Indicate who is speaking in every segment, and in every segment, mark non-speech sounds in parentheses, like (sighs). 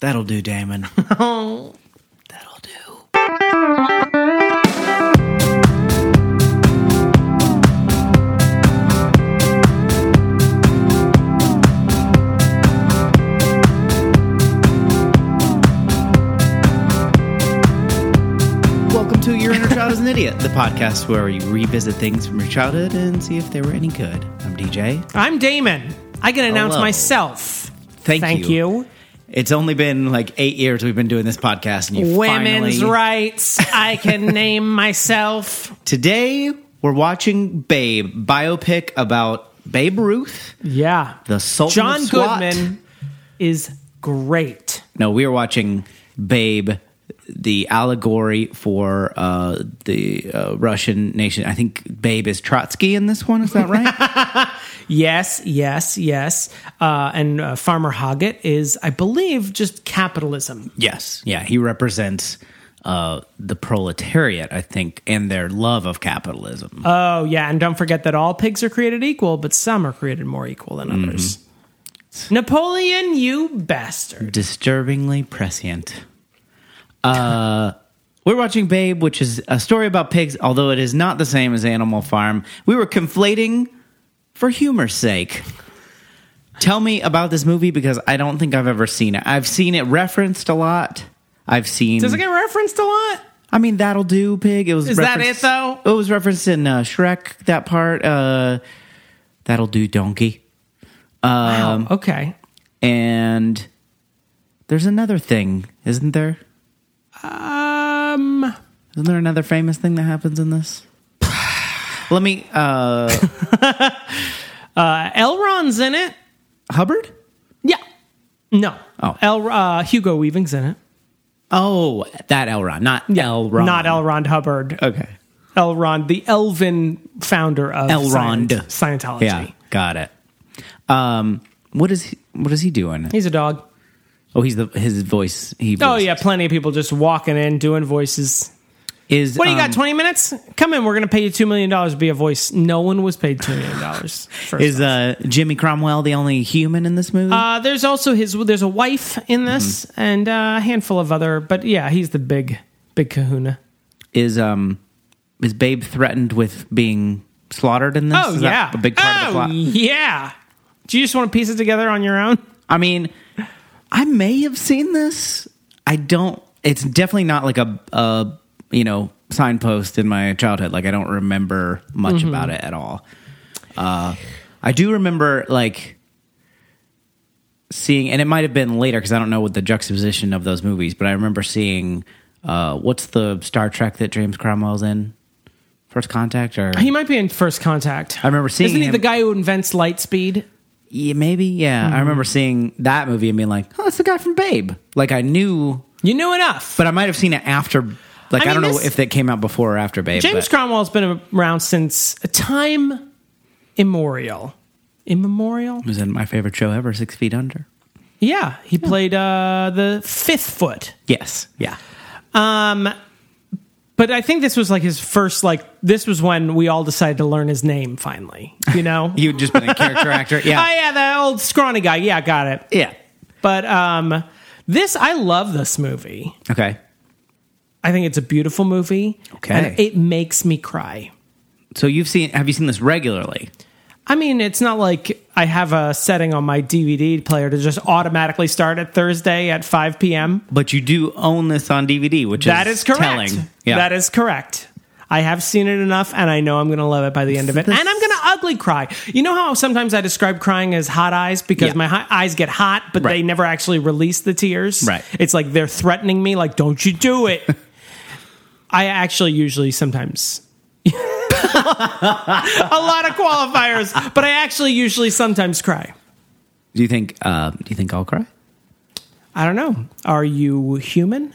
Speaker 1: That'll do,
Speaker 2: (laughs)
Speaker 1: Damon.
Speaker 2: Oh.
Speaker 1: That'll do. Welcome to Your Inner Child is an Idiot, the podcast where we revisit things from your childhood and see if they were any good. I'm DJ.
Speaker 2: I'm Damon. I can announce
Speaker 1: Hello.
Speaker 2: myself.
Speaker 1: Thank,
Speaker 2: Thank you.
Speaker 1: It's only been like eight years we've been doing this podcast, and you
Speaker 2: Women's
Speaker 1: finally...
Speaker 2: rights. I can name myself.
Speaker 1: Today we're watching Babe biopic about Babe Ruth,
Speaker 2: Yeah.
Speaker 1: the Sultan
Speaker 2: John
Speaker 1: of SWAT.
Speaker 2: Goodman is great.
Speaker 1: No, we are watching Babe, the allegory for uh, the uh, Russian nation. I think Babe is Trotsky in this one. Is that right?
Speaker 2: Yes, yes, yes. Uh, and uh, Farmer Hoggett is, I believe, just capitalism.
Speaker 1: yes. Yeah, he represents. Uh, the proletariat, I think, and their love of capitalism.
Speaker 2: Oh, yeah. And don't forget that all pigs are created equal, but some are created more equal than others. Napoleon, you bastard.
Speaker 1: disturbingly prescient. Uh, we're watching Babe, which is a story about pigs, although it is not the same as Animal Farm. We were conflating for humor's sake. Tell me about this movie because I don't think I've ever seen it. I've seen it referenced a lot. I've seen.
Speaker 2: Does it get referenced a lot?
Speaker 1: I mean, that'll do, pig. It was.
Speaker 2: Is that
Speaker 1: referenced-
Speaker 2: it, though?
Speaker 1: It was referenced in uh, Shrek. That part. Uh, that'll do, donkey.
Speaker 2: Um, okay.
Speaker 1: And there's another thing, isn't there?
Speaker 2: Um,
Speaker 1: Isn't there another famous thing that happens in this? Let me. Uh,
Speaker 2: uh, Elron's in it.
Speaker 1: Hubbard?
Speaker 2: Yeah. No.
Speaker 1: Oh.
Speaker 2: El, uh, Hugo Weaving's in it.
Speaker 1: Oh, that Elron, not Elron.
Speaker 2: Not L. Ron Hubbard.
Speaker 1: Okay.
Speaker 2: L. Ron, the Elvin founder of
Speaker 1: L. Rond.
Speaker 2: Scient- Scientology.
Speaker 1: Yeah, got it. Um, what is he, what is he doing?
Speaker 2: He's a dog.
Speaker 1: Oh, he's the his voice. He
Speaker 2: Oh,
Speaker 1: voiced-
Speaker 2: yeah. Plenty of people just walking in, doing voices.
Speaker 1: Is
Speaker 2: What do you got?
Speaker 1: um,
Speaker 2: 20 minutes? Come in. We're going to pay you $2 million to be a voice. No one was paid $2 million. First
Speaker 1: Is uh, Jimmy Cromwell the only human in this movie?
Speaker 2: Uh, there's also his. There's a wife in this,
Speaker 1: Mm-hmm.
Speaker 2: and uh, a handful of other. But yeah, he's the big, big Kahuna.
Speaker 1: is um is Babe threatened with being slaughtered in this?
Speaker 2: Oh
Speaker 1: Is that
Speaker 2: yeah,
Speaker 1: a big part of the
Speaker 2: Oh,
Speaker 1: plot.
Speaker 2: Yeah. Do you just want to piece it together on your own?
Speaker 1: I mean, I may have seen this. I don't. It's definitely not like a, a you know signpost in my childhood. Like I don't remember much about it at all. Uh, I do remember like seeing, and it might have been later because I don't know what the juxtaposition of those movies. But I remember seeing uh, what's the Star Trek that James Cromwell's in, First Contact, or
Speaker 2: He might be in First Contact.
Speaker 1: I remember seeing
Speaker 2: Isn't he
Speaker 1: him-
Speaker 2: the guy who invents light speed?
Speaker 1: yeah, maybe yeah. I remember seeing that movie and being like, oh, that's the guy from Babe. Like I knew
Speaker 2: You knew enough.
Speaker 1: but I might have seen it after. Like I,
Speaker 2: I mean,
Speaker 1: don't know
Speaker 2: this-
Speaker 1: if that came out before or after Babe.
Speaker 2: James
Speaker 1: but
Speaker 2: Cromwell's been around since time immemorial. Immemorial.
Speaker 1: it was in my favorite show ever, Six Feet Under.
Speaker 2: Yeah, he played uh, the fifth foot.
Speaker 1: Yes, yeah,
Speaker 2: But I think this was like his first. Like this was when we all decided to learn his name finally.
Speaker 1: (laughs)
Speaker 2: You know.
Speaker 1: you just been a
Speaker 2: (laughs)
Speaker 1: character actor. Yeah,
Speaker 2: Oh yeah, the old scrawny guy. Yeah, got it.
Speaker 1: yeah.
Speaker 2: But um, this I love this movie.
Speaker 1: Okay,
Speaker 2: I think it's a beautiful movie.
Speaker 1: Okay.
Speaker 2: And it makes me cry.
Speaker 1: so you've seen? Have you seen this regularly?
Speaker 2: I mean, it's not like I have a setting on my DVD player to just automatically start at Thursday at 5 p.m.
Speaker 1: But you do own this on DVD, which
Speaker 2: That is correct.
Speaker 1: telling. Yeah,
Speaker 2: That is correct. I have seen it enough and I know I'm going to love it by the end of it. And I'm going to ugly cry. You know how sometimes I describe crying as hot eyes because
Speaker 1: Yeah.
Speaker 2: my hi- eyes get hot, but
Speaker 1: Right.
Speaker 2: they never actually release the tears?
Speaker 1: Right.
Speaker 2: It's like they're threatening me, like, don't you
Speaker 1: (laughs)
Speaker 2: do it. I actually usually sometimes. (laughs) a lot of qualifiers, but I actually usually sometimes cry.
Speaker 1: Do you think? Uh, do you think I'll cry?
Speaker 2: I don't know. Are you human?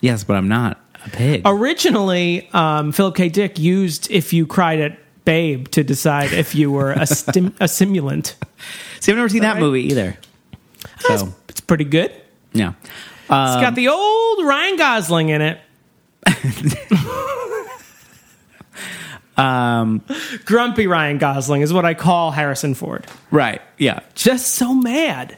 Speaker 1: Yes, but I'm not a pig.
Speaker 2: Oh, Originally, um, Philip K. Dick used if you cried at Babe to decide if you were a, stim- a simulant.
Speaker 1: See, I've never seen that
Speaker 2: right?
Speaker 1: movie either. So
Speaker 2: It's pretty good. It's
Speaker 1: yeah,
Speaker 2: got the old Ryan Gosling in it. um, Grumpy Ryan Gosling is what I call Harrison Ford.
Speaker 1: right. Yeah,
Speaker 2: Just so mad.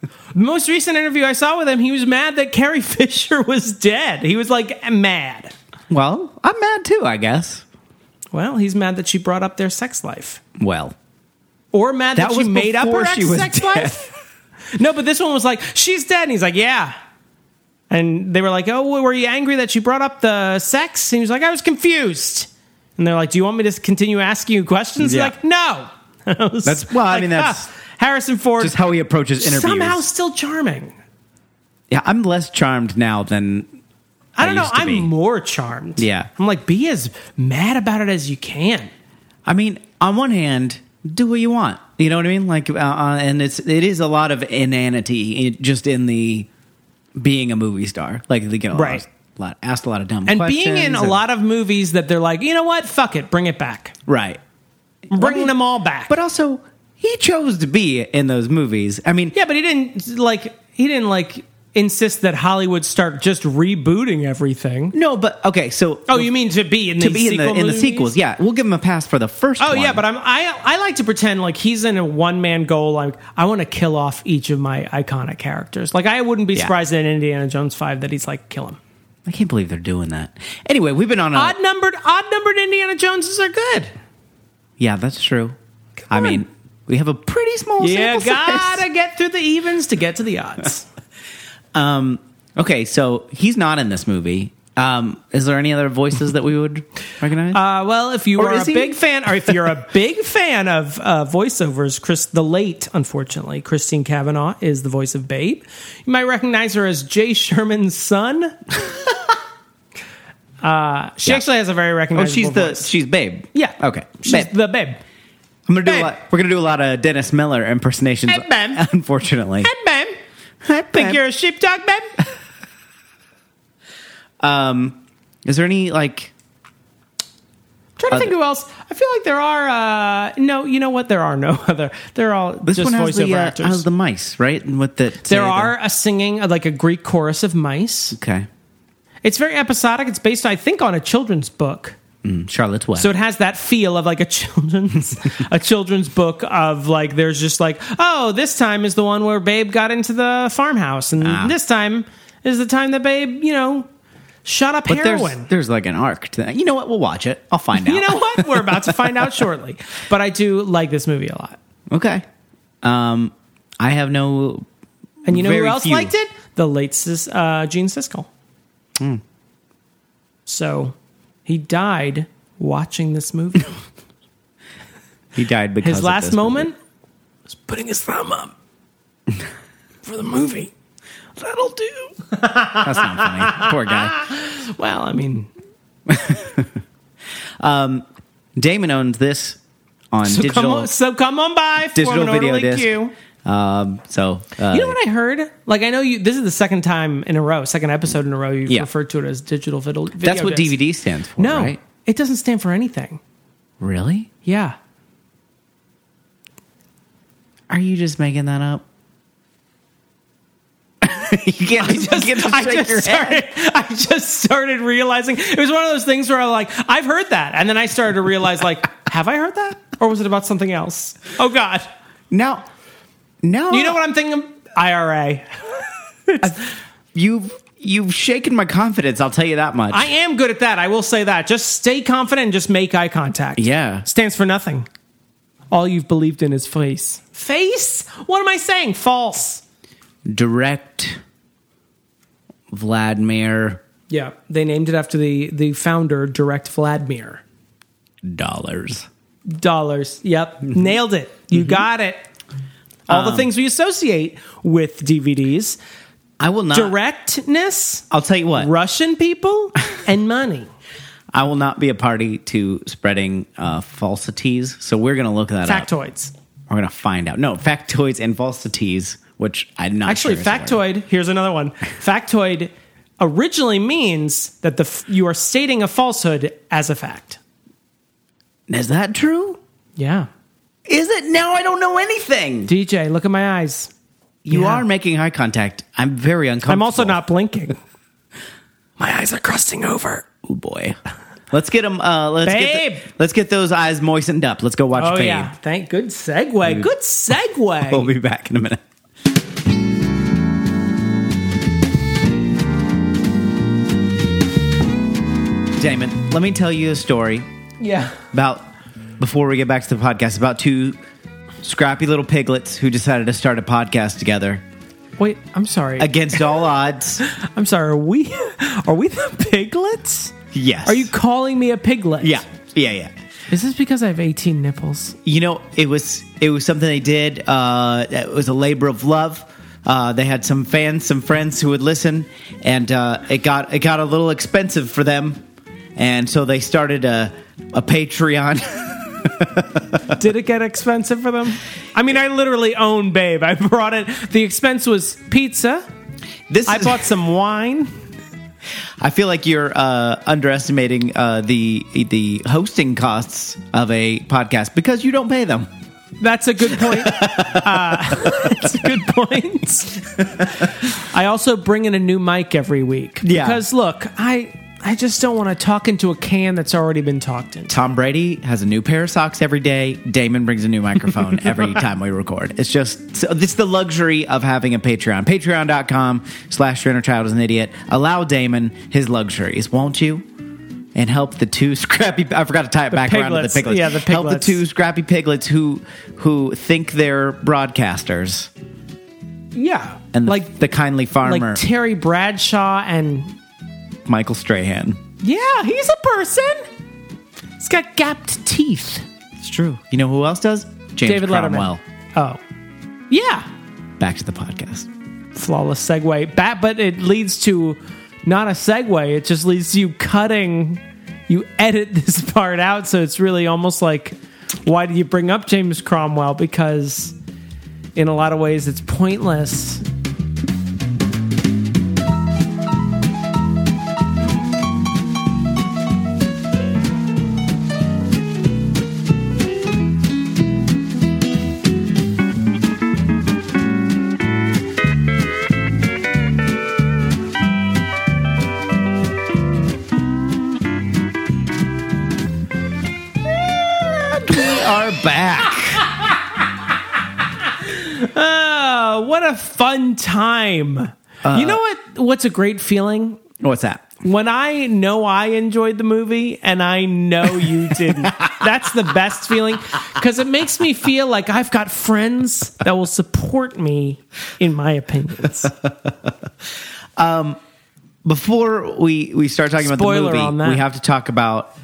Speaker 2: The most recent interview I saw with him, he was mad that Carrie (laughs) Fisher was dead. He was like mad.
Speaker 1: Well, I'm mad too, I guess.
Speaker 2: Well, he's mad that she brought up their sex life,
Speaker 1: well,
Speaker 2: or mad that,
Speaker 1: That
Speaker 2: she
Speaker 1: was
Speaker 2: made up
Speaker 1: before
Speaker 2: her
Speaker 1: she
Speaker 2: ex-
Speaker 1: was
Speaker 2: sex
Speaker 1: dead.
Speaker 2: life. (laughs) No, but this one was like, she's dead. And he's like, yeah. And they were like, oh, well, were you angry that she brought up the sex? And he was like, I was confused. And they're like, do you want me to continue asking you questions? He's
Speaker 1: Yeah.
Speaker 2: like, no. (laughs)
Speaker 1: That's- well, I mean, that's-
Speaker 2: ah, Harrison Ford
Speaker 1: just how he approaches interviews.
Speaker 2: somehow still charming.
Speaker 1: yeah, I'm less charmed now than
Speaker 2: I don't know.
Speaker 1: used to
Speaker 2: I'm
Speaker 1: be.
Speaker 2: more charmed.
Speaker 1: Yeah.
Speaker 2: I'm like, be as mad about it as you can.
Speaker 1: I mean, on one hand, do what you want. You know what I mean? Like, uh, uh, and it's it is a lot of inanity in, just in the being a movie star. Like, you know,
Speaker 2: Right.
Speaker 1: asked a lot, asked a lot of dumb
Speaker 2: And being in
Speaker 1: questions
Speaker 2: a
Speaker 1: and-
Speaker 2: lot of movies that they're like, you know what? Fuck it. Bring it back.
Speaker 1: right?
Speaker 2: Bring them all back.
Speaker 1: But also, he chose to be in those movies. I mean,
Speaker 2: yeah, but he didn't like, he didn't like insist that Hollywood start just rebooting everything.
Speaker 1: no, but okay, so
Speaker 2: Oh, you mean to be in the
Speaker 1: to be in the
Speaker 2: sequel
Speaker 1: in the
Speaker 2: movies?
Speaker 1: sequels, yeah, we'll give him a pass for the first.
Speaker 2: Oh
Speaker 1: one.
Speaker 2: yeah, but I'm I I like to pretend like he's in a one man goal. Like I want to kill off each of my iconic characters. Like I wouldn't be
Speaker 1: Yeah.
Speaker 2: surprised in Indiana Jones five that he's like kill him.
Speaker 1: I can't believe they're doing that. Anyway, we've been on a
Speaker 2: odd numbered odd numbered Indiana Joneses are good.
Speaker 1: yeah, that's true. I
Speaker 2: on.
Speaker 1: mean, we have a pretty small.
Speaker 2: You
Speaker 1: sample size.
Speaker 2: gotta get through the evens to get to the odds.
Speaker 1: (laughs) Okay, so he's not in this movie. Um, is there any other voices that we would recognize?
Speaker 2: Uh, well, if you
Speaker 1: Or
Speaker 2: are a
Speaker 1: is he?
Speaker 2: big fan, or if you're a big fan of uh, voiceovers, Chris the late, unfortunately, Christine Cavanaugh is the voice of Babe. You might recognize her as Jay Sherman's son. (laughs) uh, she
Speaker 1: Yeah.
Speaker 2: actually has a very
Speaker 1: oh,
Speaker 2: recognizable.
Speaker 1: she's the
Speaker 2: voice.
Speaker 1: she's Babe.
Speaker 2: yeah.
Speaker 1: Okay.
Speaker 2: she's
Speaker 1: Babe.
Speaker 2: the Babe.
Speaker 1: I'm gonna do
Speaker 2: Babe.
Speaker 1: a lot. We're gonna do a lot of Dennis Miller impersonations.
Speaker 2: Hey, Babe.
Speaker 1: (laughs) Unfortunately,
Speaker 2: And Babe, think you're a sheepdog, Babe?
Speaker 1: is there any like?
Speaker 2: (laughs) Trying to
Speaker 1: Other-
Speaker 2: think who else. I feel like there are. Uh, no, you know what? There are no (laughs) other. They're all
Speaker 1: This
Speaker 2: just
Speaker 1: one has
Speaker 2: voiceover
Speaker 1: the, uh,
Speaker 2: actors.
Speaker 1: has the mice, right? And with the
Speaker 2: there are a singing uh, like a Greek chorus of mice.
Speaker 1: okay.
Speaker 2: It's very episodic. It's based, I think, on a children's book.
Speaker 1: Mm, Charlotte's Web.
Speaker 2: So it has that feel of like a (laughs) children's a children's book of like there's just like oh this time is the one where Babe got into the farmhouse and
Speaker 1: Ah.
Speaker 2: this time is the time that Babe you know shot up
Speaker 1: but there's
Speaker 2: heroin.
Speaker 1: there's like an arc to that. You know what? We'll watch it. I'll find out.
Speaker 2: You know what? We're about to find out shortly. But I do like this movie a lot.
Speaker 1: (laughs) Okay. Um, I have no.
Speaker 2: And you know who
Speaker 1: Very
Speaker 2: else
Speaker 1: few.
Speaker 2: liked it? The late Sis, uh, Gene Siskel.
Speaker 1: Hmm.
Speaker 2: So he died watching this
Speaker 1: (laughs)
Speaker 2: movie.
Speaker 1: He died because
Speaker 2: His
Speaker 1: of
Speaker 2: last
Speaker 1: this movie.
Speaker 2: moment was putting his thumb up (laughs) for the movie. That'll do.
Speaker 1: That's not
Speaker 2: (laughs)
Speaker 1: funny. Poor guy.
Speaker 2: Well, I mean,
Speaker 1: Damon owns this on
Speaker 2: so,
Speaker 1: digital.
Speaker 2: come on, so come on by.
Speaker 1: digital
Speaker 2: form an
Speaker 1: video
Speaker 2: orderly
Speaker 1: disc.
Speaker 2: queue.
Speaker 1: Um, so uh,
Speaker 2: You know what I heard? Like I know you. This is the second time in a row, second episode in a row, you've
Speaker 1: Yeah.
Speaker 2: referred to it as digital fiddle. Video
Speaker 1: that's what
Speaker 2: disc.
Speaker 1: DVD stands for,
Speaker 2: No,
Speaker 1: right?
Speaker 2: it doesn't stand for anything.
Speaker 1: Really?
Speaker 2: Yeah,
Speaker 1: Are you just making that up? (laughs) you can't just, (laughs) you can't just
Speaker 2: I
Speaker 1: shake your
Speaker 2: just
Speaker 1: head.
Speaker 2: started. I just started realizing it was one of those things where I'm like, I've heard that, and then I started to realize, like, (laughs) have I heard that, or was it about something else? Oh God,
Speaker 1: Now, now
Speaker 2: you know what I'm thinking? IRA.
Speaker 1: you've you've shaken my confidence. I'll tell you that much.
Speaker 2: I am good at that. I will say that. Just stay confident and just make eye contact.
Speaker 1: Yeah.
Speaker 2: stands for nothing. All you've believed in is face. Face? What am I saying? False.
Speaker 1: Direct Vladimir
Speaker 2: Yeah, they named it after the the founder, Direct Vladimir.
Speaker 1: dollars.
Speaker 2: dollars. Yep, nailed it. You got it. All the things we associate with DVDs:
Speaker 1: I will not.
Speaker 2: directness,
Speaker 1: I'll tell you what.
Speaker 2: Russian (laughs) people, and money.
Speaker 1: I will not be a party to spreading uh, falsities. So we're gonna look that up.
Speaker 2: Factoids.
Speaker 1: We're gonna find out. No, factoids and falsities, which I'm not
Speaker 2: Actually,
Speaker 1: sure is a word.
Speaker 2: factoid. Here's another one. Factoid originally means that the f- you are stating a falsehood as a fact.
Speaker 1: Is that true?
Speaker 2: Yeah,
Speaker 1: Is it? Now I don't know anything.
Speaker 2: DJ, look at my eyes.
Speaker 1: You
Speaker 2: Yeah.
Speaker 1: are making eye contact. I'm very uncomfortable.
Speaker 2: I'm also not blinking.
Speaker 1: My eyes are crusting over. Oh boy. Let's get them. Uh, let's
Speaker 2: Babe!
Speaker 1: Get the- let's get those eyes moistened up. Let's go watch
Speaker 2: Oh
Speaker 1: Babe. (laughs) Oh.
Speaker 2: yeah, thank good segue. Good segue.
Speaker 1: We'll be back in a minute. Damon, let me tell you a story
Speaker 2: Yeah.
Speaker 1: about before we get back to the podcast about two scrappy little piglets who decided to start a podcast together
Speaker 2: Wait, I'm sorry.
Speaker 1: against all odds.
Speaker 2: I'm sorry. Are we (laughs) are we the piglets?
Speaker 1: Yes.
Speaker 2: Are you calling me a piglet?
Speaker 1: Yeah. Yeah. Yeah.
Speaker 2: Is this because I have 18 nipples?
Speaker 1: You know, it was it was something they did. Uh, it was a labor of love. Uh, they had some fans, some friends who would listen, and uh, it got it got a little expensive for them, and so they started a a Patreon. (laughs)
Speaker 2: Did it get expensive for them? I mean, I literally own Babe. I brought it. The expense was pizza.
Speaker 1: this
Speaker 2: I
Speaker 1: is-
Speaker 2: bought some wine.
Speaker 1: I feel like you're uh, underestimating uh, the the hosting costs of a podcast because you don't pay them.
Speaker 2: That's a good point. (laughs) Uh, (laughs) that's a good
Speaker 1: (laughs)
Speaker 2: point. I also bring in a new mic every week.
Speaker 1: Yeah.
Speaker 2: Because look, I I just don't want to talk into a can that's already been talked into.
Speaker 1: Tom Brady has a new pair of socks every day. Damon brings a new
Speaker 2: (laughs)
Speaker 1: microphone every time we record. It's just so it's the luxury of having a Patreon. Patreon.com slash your inner child is an idiot. Allow Damon his luxuries, won't you? And help the two (laughs) scrappy I forgot to tie it back around to
Speaker 2: piglets.
Speaker 1: the piglets.
Speaker 2: Yeah, the
Speaker 1: Help the
Speaker 2: piglets.
Speaker 1: two scrappy piglets who who think they're broadcasters
Speaker 2: Yeah.
Speaker 1: and the,
Speaker 2: like
Speaker 1: like the kindly farmer
Speaker 2: like Terry Bradshaw and
Speaker 1: Michael Strahan.
Speaker 2: yeah, he's a person. He's got gapped teeth.
Speaker 1: It's true. You know who else does? James
Speaker 2: David
Speaker 1: Cromwell.
Speaker 2: Letterman. Oh. Yeah.
Speaker 1: Back to the podcast.
Speaker 2: flawless segue. Bat, but it leads to not a segue. It just leads to you cutting. You edit (laughs) this part out, so it's really almost like, why do you bring up James Cromwell? Because in a lot of ways, it's pointless.
Speaker 1: We are back.
Speaker 2: Oh, what a fun time! you know what? What's a great feeling
Speaker 1: What's that?
Speaker 2: when I know I enjoyed the movie and I know
Speaker 1: (laughs)
Speaker 2: you didn't. That's the best feeling because it makes me feel like I've got friends that will support me in my
Speaker 1: (laughs)
Speaker 2: opinions.
Speaker 1: Before we, we start talking about
Speaker 2: Spoiler
Speaker 1: the movie,
Speaker 2: on that.
Speaker 1: we have to talk about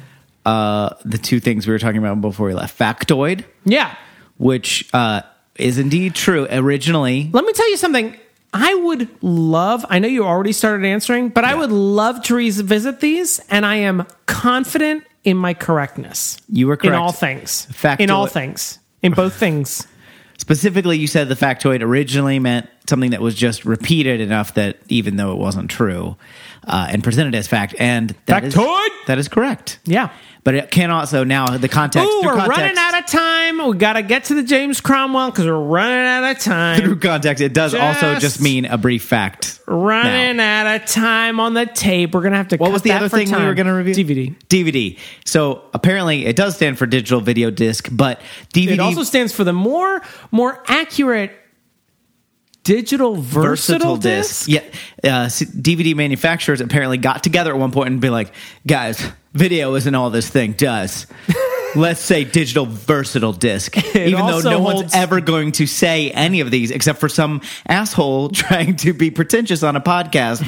Speaker 1: uh, the two things we were talking about before we left. Factoid,
Speaker 2: Yeah.
Speaker 1: which uh, is indeed true. Originally,
Speaker 2: Let me tell you something. I would love, I know you already started answering, but I would love to revisit these and I am confident in my correctness.
Speaker 1: You were correct.
Speaker 2: In all things.
Speaker 1: Factoid-
Speaker 2: In all things. In both things.
Speaker 1: specifically, you said the factoid originally meant something that was just repeated enough that even though it wasn't true uh, and presented as fact, and that is-
Speaker 2: Factoid?
Speaker 1: that is correct.
Speaker 2: Yeah.
Speaker 1: But it can also now the context.
Speaker 2: Ooh,
Speaker 1: through
Speaker 2: we're
Speaker 1: context,
Speaker 2: running out of time. We got to get to the James Cromwell because we're running out of
Speaker 1: through
Speaker 2: time.
Speaker 1: context, it does also
Speaker 2: Just-
Speaker 1: just mean a brief fact.
Speaker 2: running
Speaker 1: Now.
Speaker 2: out of time on the tape. We're gonna have to.
Speaker 1: What was the other thing we were going to review?
Speaker 2: DVD.
Speaker 1: DVD. So apparently, it does stand for digital video disc, but DVD
Speaker 2: It also stands for the more more accurate digital versatile, disc.
Speaker 1: Yeah, uh, s- DVD manufacturers apparently got together at one point and be like, guys, video isn't all this thing does. Let's say digital versatile disc, even though
Speaker 2: also
Speaker 1: no
Speaker 2: holds-
Speaker 1: one's ever going to say any of these except for some asshole (laughs) trying to be pretentious on a podcast.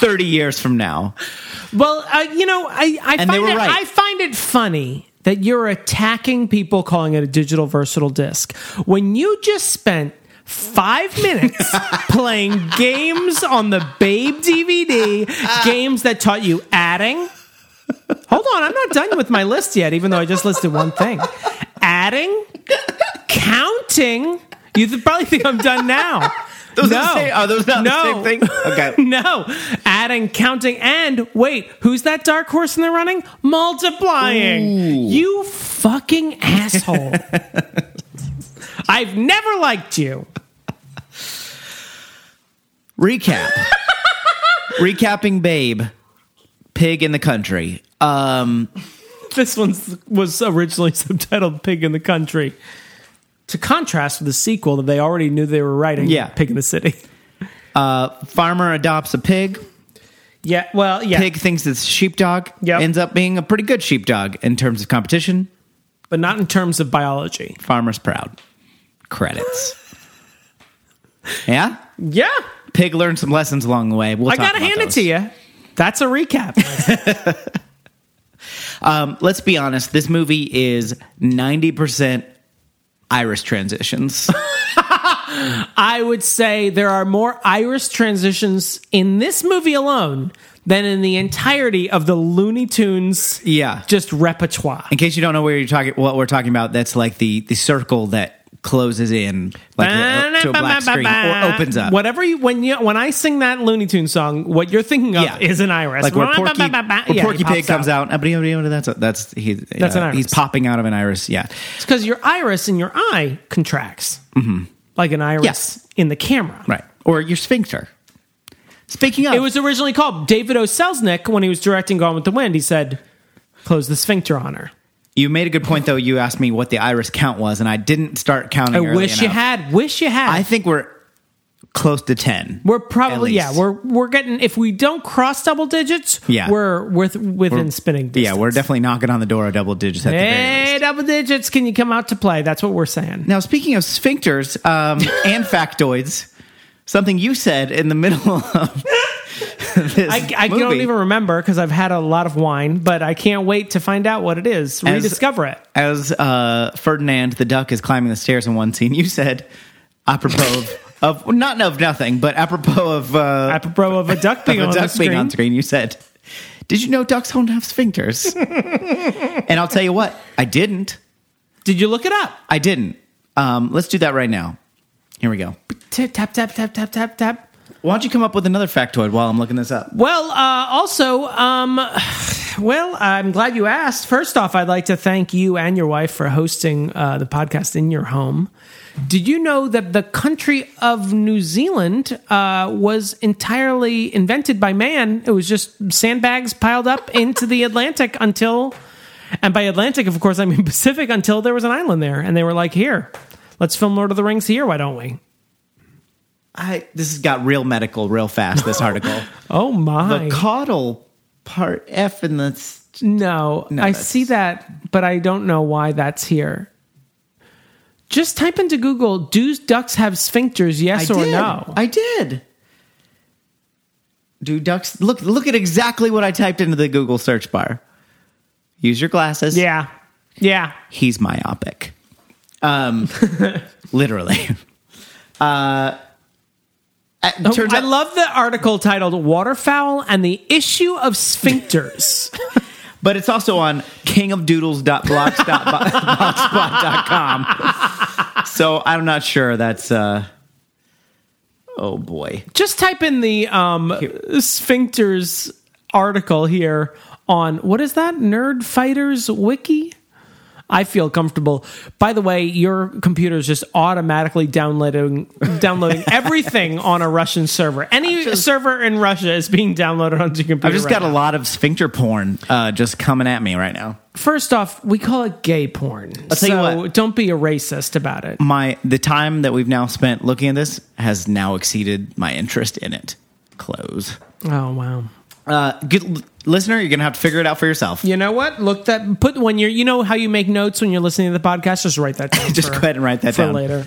Speaker 1: 30 years from now.
Speaker 2: Well, uh, you know, I I
Speaker 1: And they
Speaker 2: find
Speaker 1: were
Speaker 2: it,
Speaker 1: right.
Speaker 2: I find it funny that you're attacking people calling it a digital versatile disc when you just spent five
Speaker 1: (laughs)
Speaker 2: minutes playing games on the Babe DVD, games that taught you adding. Hold on, I'm not done with my list yet, even though I just listed one thing. Adding, counting. You th- probably think I'm done now.
Speaker 1: Those
Speaker 2: no.
Speaker 1: are the same, are those not
Speaker 2: No.
Speaker 1: the same thing? Okay.
Speaker 2: (laughs) No, adding, counting, and wait, who's that dark horse in the running? Multiplying. You fucking (laughs) asshole. I've never liked you.
Speaker 1: Recap.
Speaker 2: (laughs)
Speaker 1: Recapping Babe, Pig in the Country. Um,
Speaker 2: This one was originally (laughs) subtitled Pig in the Country. To contrast with the sequel that they already knew they were writing,
Speaker 1: Yeah.
Speaker 2: Pig in the City.
Speaker 1: farmer adopts a pig.
Speaker 2: (laughs) Yeah. Well, yeah.
Speaker 1: Pig thinks it's sheepdog.
Speaker 2: Yep.
Speaker 1: Ends up being a pretty good sheepdog in terms of competition.
Speaker 2: But not in terms of biology.
Speaker 1: Farmer's proud.
Speaker 2: (laughs)
Speaker 1: Credits. yeah.
Speaker 2: Yeah.
Speaker 1: Pig learned some lessons along the way. We'll
Speaker 2: I got to hand it to you. That's a recap.
Speaker 1: Um, let's be honest. This movie is ninety percent Irish
Speaker 2: (laughs)
Speaker 1: transitions.
Speaker 2: I would say there are more Irish transitions in this movie alone than in the entirety of the Looney Tunes
Speaker 1: yeah.
Speaker 2: just repertoire.
Speaker 1: In case you don't know where you're talking, what we're talking about, that's like the the circle that closes in like uh, to a black screen or opens up.
Speaker 2: Whatever you when you when I sing that Looney Tune song, what you're thinking of
Speaker 1: Yeah.
Speaker 2: is an iris.
Speaker 1: Like where Porky, where
Speaker 2: Yeah,
Speaker 1: Porky
Speaker 2: he pops
Speaker 1: Pig comes out. That's a, that's he,
Speaker 2: That's an
Speaker 1: He's
Speaker 2: iris.
Speaker 1: popping out of an iris. Yeah,
Speaker 2: It's because your iris in your eye contracts, like an iris
Speaker 1: Yes.
Speaker 2: in the camera.
Speaker 1: right. Or your sphincter. Speaking of,
Speaker 2: It was originally called David O. Selznick when he was directing Gone with the Wind. He said, "Close the sphincter on her."
Speaker 1: you made a good point though. You asked me what the iris count was, and I didn't start counting.
Speaker 2: I
Speaker 1: early
Speaker 2: wish you
Speaker 1: enough.
Speaker 2: had. Wish you had.
Speaker 1: I think we're close to ten.
Speaker 2: we're probably
Speaker 1: At
Speaker 2: yeah.
Speaker 1: least.
Speaker 2: We're we're getting if we don't cross double digits.
Speaker 1: Yeah.
Speaker 2: we're with within spinning. Distance.
Speaker 1: yeah, we're definitely knocking on the door of double digits at the very least.
Speaker 2: Hey, double digits! Can you come out to play? That's what we're saying.
Speaker 1: Now, speaking of sphincters
Speaker 2: (laughs)
Speaker 1: um, and factoids, something you said in the middle of this
Speaker 2: I, I
Speaker 1: movie,
Speaker 2: don't even remember because I've had a lot of wine, but I can't wait to find out what it is. Rediscover it.
Speaker 1: as uh, Ferdinand the duck is climbing the stairs in one scene, you said, apropos of, of not of nothing, but apropos of, uh,
Speaker 2: Apropos of a duck
Speaker 1: (laughs)
Speaker 2: being,
Speaker 1: of
Speaker 2: on,
Speaker 1: a
Speaker 2: the
Speaker 1: duck being
Speaker 2: screen.
Speaker 1: on screen, you said, "Did you know ducks don't have
Speaker 2: (laughs)
Speaker 1: sphincters?" and I'll tell you what, I didn't.
Speaker 2: Did you look it up?
Speaker 1: I didn't. Um, let's do that right now. Here we go.
Speaker 2: Tap tap tap tap tap tap tap.
Speaker 1: Why don't you come up with another factoid while I'm looking this up?
Speaker 2: Well, uh, also, um, (sighs) well, I'm glad you asked. First off, I'd like to thank you and your wife for hosting uh, the podcast in your home. Did you know that the country of New Zealand uh, was entirely invented by man? It was just sandbags piled up (laughs) into the Atlantic until, and by Atlantic, of course, I mean (laughs) Pacific, until there was an island there. And they were like, here, let's film Lord of the Rings here. Why don't we?
Speaker 1: I this has got real medical real fast. This article,
Speaker 2: Oh, my.
Speaker 1: the caudal part F in the s-
Speaker 2: No, I
Speaker 1: that's-
Speaker 2: see that, but I don't know why that's here. Just type into Google, do ducks have sphincters,
Speaker 1: I
Speaker 2: yes or
Speaker 1: did.
Speaker 2: no?
Speaker 1: I did. Do ducks look? Look at exactly what I typed into the Google search bar. Use your glasses.
Speaker 2: yeah. Yeah.
Speaker 1: he's myopic. Um, literally. Uh, it turns
Speaker 2: Oh, I
Speaker 1: out-
Speaker 2: love the article titled Waterfowl and the Issue of Sphincters.
Speaker 1: but it's also on kingofdoodles.blogspot.com. so I'm not sure that's. Uh, oh boy.
Speaker 2: Just type in the um, sphincters article here on what is that? Nerd Fighters Wiki? I feel comfortable. By the way, your computer is just automatically downloading
Speaker 1: (laughs)
Speaker 2: downloading everything on a Russian server. Any server in Russia is being downloaded onto your computer.
Speaker 1: I've just
Speaker 2: right
Speaker 1: got a
Speaker 2: now.
Speaker 1: lot of sphincter porn uh, just coming at me right now.
Speaker 2: First off, we call it gay porn.
Speaker 1: tell you
Speaker 2: so
Speaker 1: what.
Speaker 2: don't be a racist about it.
Speaker 1: My the time that we've now spent looking at this has now exceeded my interest in it. Close.
Speaker 2: Oh wow.
Speaker 1: Uh, good l- listener, you're gonna have to figure it out for yourself.
Speaker 2: You know what? Look that put when you're you know how you make notes when you're listening to the podcast, just write
Speaker 1: (laughs)
Speaker 2: that down.
Speaker 1: Just
Speaker 2: for-
Speaker 1: go ahead and write that
Speaker 2: for
Speaker 1: down.
Speaker 2: later.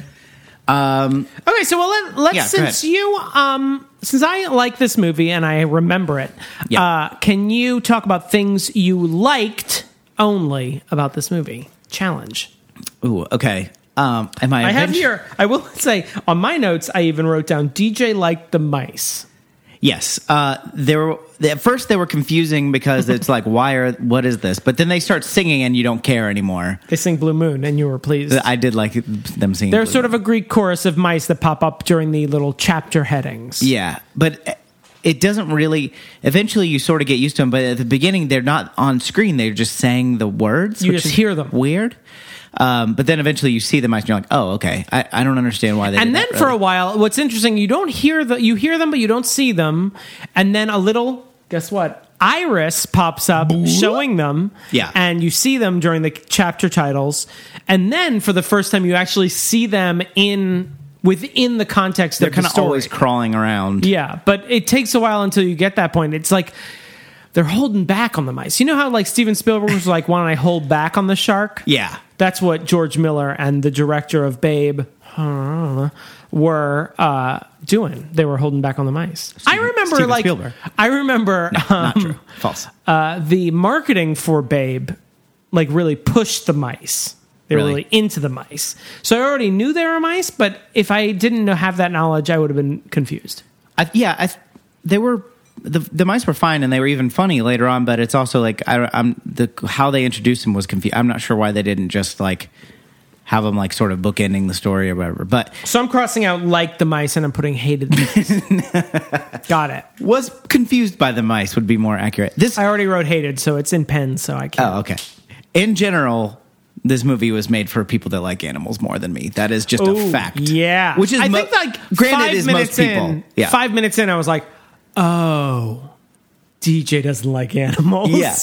Speaker 2: Um, okay, so well, let, let's
Speaker 1: Yeah, go
Speaker 2: since
Speaker 1: ahead.
Speaker 2: you um, since I like this movie and I remember it,
Speaker 1: Yeah.
Speaker 2: uh, can you talk about things you liked only about this movie? Challenge.
Speaker 1: Ooh, okay. Um, am I?
Speaker 2: I have
Speaker 1: avenged-
Speaker 2: here. I will (laughs) say on my notes, I even wrote down DJ liked the mice.
Speaker 1: Yes. Uh, they were at first they were confusing because it's like (laughs) why are what is this? But then they start singing and you don't care anymore.
Speaker 2: They sing Blue Moon, and you were pleased.
Speaker 1: I did like them singing.
Speaker 2: They're sort of a Greek chorus of mice that pop up during the little chapter headings.
Speaker 1: yeah, but it doesn't really. Eventually, you sort of get used to them. But at the beginning, they're not on screen. They're just saying the words.
Speaker 2: You
Speaker 1: which
Speaker 2: just
Speaker 1: is
Speaker 2: hear them.
Speaker 1: Weird. Um, but then eventually you see the mice and you're like, oh, okay. I, I don't understand why they. did
Speaker 2: and then
Speaker 1: that,
Speaker 2: for
Speaker 1: really.
Speaker 2: a while what's interesting you don't hear the you hear them but you don't see them and then a little guess what iris pops up showing them
Speaker 1: Yeah.
Speaker 2: and you see them during the chapter titles and then for the first time you actually see them in within the context
Speaker 1: They're
Speaker 2: of the
Speaker 1: kind of
Speaker 2: story.
Speaker 1: always crawling around.
Speaker 2: Yeah, but it takes a while until you get that point. It's like they're holding back on the mice. You know how like Steven Spielberg was like, "Why don't I hold back on the shark?"
Speaker 1: Yeah.
Speaker 2: that's what George Miller and the director of Babe uh, were uh, doing. They were holding back on the mice. I remember
Speaker 1: Steven
Speaker 2: like
Speaker 1: Spielberg.
Speaker 2: I remember
Speaker 1: Not
Speaker 2: um,
Speaker 1: true. False.
Speaker 2: uh, the marketing for Babe like really pushed the mice. They were
Speaker 1: Really?
Speaker 2: really into the mice. So I already knew they were mice, but if I didn't know, have that knowledge, I would have been confused.
Speaker 1: I, yeah, I, they were the the mice were fine and they were even funny later on. But it's also like I, am the how they introduced him was confused. I'm not sure why they didn't just like have him like sort of bookending the story or whatever. But
Speaker 2: So I'm crossing out like the mice and I'm putting
Speaker 1: (laughs)
Speaker 2: hated the mice. Got it.
Speaker 1: was confused by the mice would be more accurate. This
Speaker 2: I already wrote hated, so it's in pen, so I can't.
Speaker 1: oh okay. In general. This movie was made for people that like animals more than me. That is just a
Speaker 2: Ooh,
Speaker 1: fact.
Speaker 2: Yeah.
Speaker 1: which is
Speaker 2: I
Speaker 1: mo-
Speaker 2: think like
Speaker 1: granted
Speaker 2: five
Speaker 1: is
Speaker 2: minutes
Speaker 1: most people.
Speaker 2: in.
Speaker 1: yeah,
Speaker 2: Five minutes in, I was like, oh, DJ doesn't like animals. (laughs)
Speaker 1: yeah.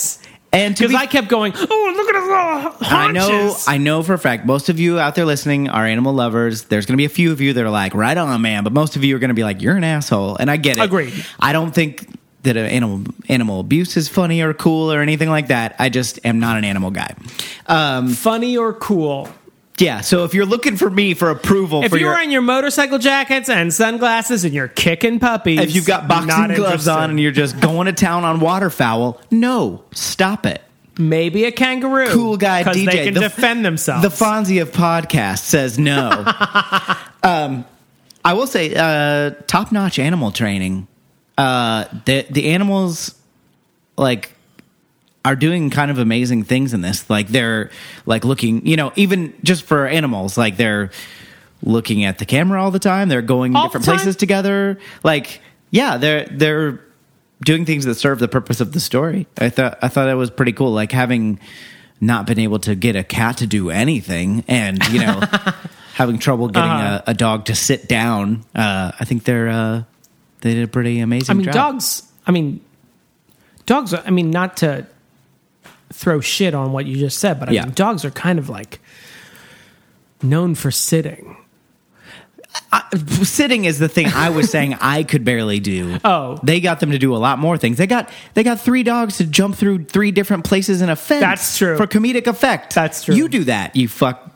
Speaker 1: And to
Speaker 2: Because
Speaker 1: be
Speaker 2: I kept going, oh, look at his little haunches.
Speaker 1: I know, I know for a fact. Most of you out there listening are animal lovers. There's going to be a few of you that are like, "Right on, man," but most of you are going to be like, "You're an asshole," and I get it.
Speaker 2: Agreed.
Speaker 1: I don't think that uh, animal animal abuse is funny or cool or anything like that. I just am not an animal guy. Um,
Speaker 2: Funny or cool.
Speaker 1: yeah. So if you're looking for me for approval,
Speaker 2: If
Speaker 1: for
Speaker 2: you're
Speaker 1: your,
Speaker 2: wearing your motorcycle jackets and sunglasses and you're kicking puppies,
Speaker 1: if you've got
Speaker 2: not
Speaker 1: boxing gloves
Speaker 2: interested.
Speaker 1: on and you're just going to town on waterfowl, no, stop it.
Speaker 2: maybe a kangaroo,
Speaker 1: cool guy
Speaker 2: because
Speaker 1: DJ.
Speaker 2: they can
Speaker 1: The-
Speaker 2: defend themselves.
Speaker 1: The Fonzie of podcast says no.
Speaker 2: (laughs)
Speaker 1: um, I will say, uh, top notch animal training. Uh, the the animals like are doing kind of amazing things in this. Like they're like looking, you know, even just for animals, like they're looking at the camera all the time. They're going
Speaker 2: All the
Speaker 1: different
Speaker 2: time?
Speaker 1: places together. Like, yeah, they're they're doing things that serve the purpose of the story. I thought I thought that was pretty cool. Like having not been able to get a cat to do anything, and you
Speaker 2: (laughs)
Speaker 1: know, having trouble getting
Speaker 2: Uh-huh.
Speaker 1: a, a dog to sit down. Uh, I think they're uh, they did a pretty amazing.
Speaker 2: I mean,
Speaker 1: job.
Speaker 2: dogs. I mean, dogs. Are, I mean, not to throw shit on what you just said, but I
Speaker 1: Yeah.
Speaker 2: mean, dogs are kind of like known for sitting.
Speaker 1: (laughs) sitting is the thing I was saying I could barely do.
Speaker 2: Oh.
Speaker 1: they got them to do a lot more things. They got they got three dogs to jump through three different places in a fence.
Speaker 2: That's true.
Speaker 1: for comedic effect.
Speaker 2: That's true.
Speaker 1: You do that, you fuck.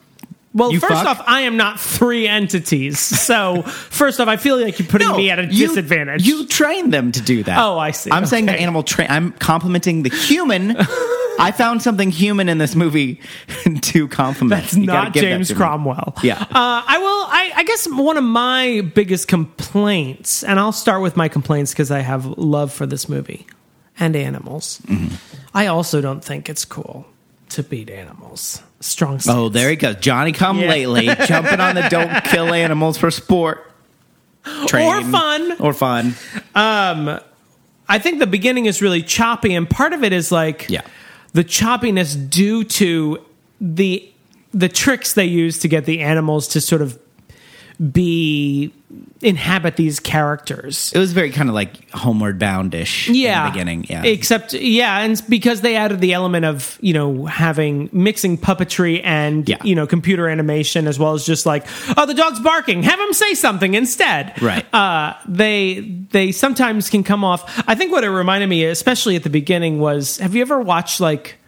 Speaker 2: Well,
Speaker 1: You
Speaker 2: first
Speaker 1: fuck.
Speaker 2: off, I am not three entities, so (laughs) first off, I feel like you're putting me at a
Speaker 1: you-
Speaker 2: disadvantage.
Speaker 1: You train them to do that.
Speaker 2: Oh, I see.
Speaker 1: I'm saying the
Speaker 2: Okay.
Speaker 1: animal train. I'm complimenting the
Speaker 2: (laughs)
Speaker 1: human. I found something human in this movie (laughs) to compliment.
Speaker 2: That's
Speaker 1: You gotta
Speaker 2: not
Speaker 1: give that
Speaker 2: James
Speaker 1: to me.
Speaker 2: Cromwell.
Speaker 1: Yeah.
Speaker 2: Uh, I will. I, I guess one of my biggest complaints, and I'll start with my complaints because I have love for this movie and animals.
Speaker 1: Mm-hmm.
Speaker 2: I also don't think it's cool to beat animals. Strong. Sense.
Speaker 1: Oh, there he goes, Johnny Come
Speaker 2: Yeah. (laughs)
Speaker 1: Lately, jumping on the don't kill animals for sport. Train.
Speaker 2: fun.
Speaker 1: Or fun.
Speaker 2: I think the beginning is really choppy, and part of it is like
Speaker 1: Yeah.
Speaker 2: the choppiness due to the the tricks they use to get the animals to sort of be inhabit these characters.
Speaker 1: It was very kind of like homeward boundish.
Speaker 2: yeah
Speaker 1: in the beginning. Yeah,
Speaker 2: except yeah and it's because they added the element of you know having mixing puppetry and
Speaker 1: Yeah.
Speaker 2: you know computer animation as well as just like oh the dog's barking have him say something instead
Speaker 1: Right.
Speaker 2: uh they they sometimes can come off i think what it reminded me especially at the beginning was have you ever watched like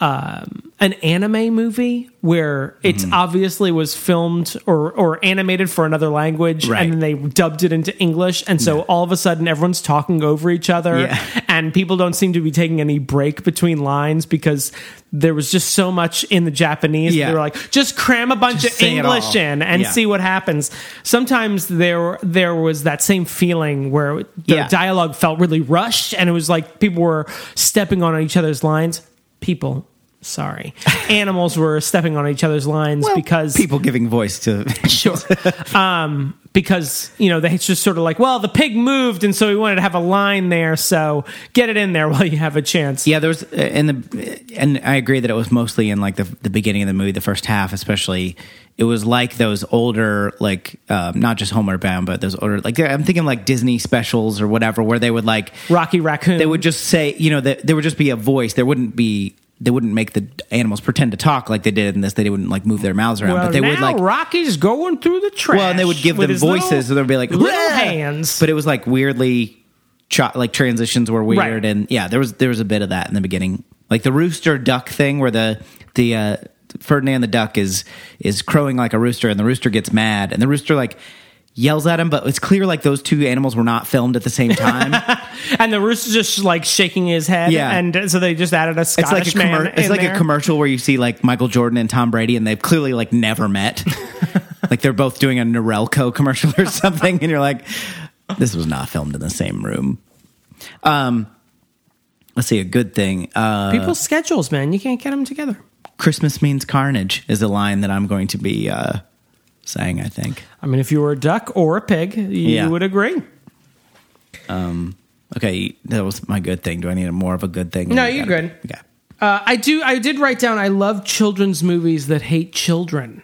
Speaker 2: um, an anime movie where it's
Speaker 1: Mm-hmm.
Speaker 2: obviously was filmed or or animated for another language
Speaker 1: Right.
Speaker 2: and then they dubbed it into English and so all of a sudden everyone's talking over each other
Speaker 1: Yeah.
Speaker 2: and people don't seem to be taking any break between lines because there was just so much in the Japanese
Speaker 1: Yeah.
Speaker 2: they were like just cram a bunch
Speaker 1: Just
Speaker 2: of
Speaker 1: say it all.
Speaker 2: English in and
Speaker 1: Yeah.
Speaker 2: see what happens sometimes there there was that same feeling where the
Speaker 1: Yeah.
Speaker 2: dialogue felt really rushed and it was like people were stepping on each other's lines people
Speaker 1: (laughs)
Speaker 2: sorry animals were stepping on each other's lines
Speaker 1: Well,
Speaker 2: because
Speaker 1: people giving voice to
Speaker 2: (laughs) sure um because you know they it's just sort of like well the pig moved and so we wanted to have a line there so get it in there (laughs) while you have a chance
Speaker 1: yeah. There was uh, in the and I agree that it was mostly in like the the beginning of the movie, the first half especially. It was like those older like um, not just homeward bound, but those older like I'm thinking like Disney specials or whatever, where they would like
Speaker 2: rocky raccoon
Speaker 1: they would just say you know that there would just be a voice. There wouldn't be they wouldn't make the animals pretend to talk like they did in this. They wouldn't like move their mouths around,
Speaker 2: Well,
Speaker 1: but they
Speaker 2: now
Speaker 1: would like
Speaker 2: Rocky's going through the trash.
Speaker 1: well, and they would give
Speaker 2: with
Speaker 1: them
Speaker 2: his
Speaker 1: voices,
Speaker 2: little-
Speaker 1: so they'd be like
Speaker 2: little
Speaker 1: "Bleh!"
Speaker 2: hands.
Speaker 1: But it was like weirdly, cho- like transitions were weird,
Speaker 2: Right.
Speaker 1: and yeah, there was there was a bit of that in the beginning, like the rooster duck thing, where the the uh, Ferdinand the duck is is crowing like a rooster, and the rooster gets mad, and the rooster like yells at him, but it's clear like those two animals were not filmed at the same
Speaker 2: (laughs)
Speaker 1: time.
Speaker 2: and the rooster's just like shaking his head.
Speaker 1: Yeah.
Speaker 2: and uh, so they just added a
Speaker 1: it's like
Speaker 2: Scottish
Speaker 1: a
Speaker 2: man.
Speaker 1: commer- it's
Speaker 2: in
Speaker 1: like
Speaker 2: there.
Speaker 1: a commercial where you see like Michael Jordan and Tom Brady, and they've clearly like never
Speaker 2: (laughs)
Speaker 1: met. like they're both doing a Norelco commercial or something, and you're like, this was not filmed in the same room. Um, let's see a good thing. Uh,
Speaker 2: People's schedules, man. You can't get them together.
Speaker 1: Christmas means carnage is a line that I'm going to be uh, saying. I think.
Speaker 2: I mean, if you were a duck or a pig, you
Speaker 1: Yeah.
Speaker 2: would agree.
Speaker 1: Okay, that was my good thing. Do I need a more of a good thing?
Speaker 2: No, you're good.
Speaker 1: Okay.
Speaker 2: Uh, I do. I did write down. I love children's movies that hate children.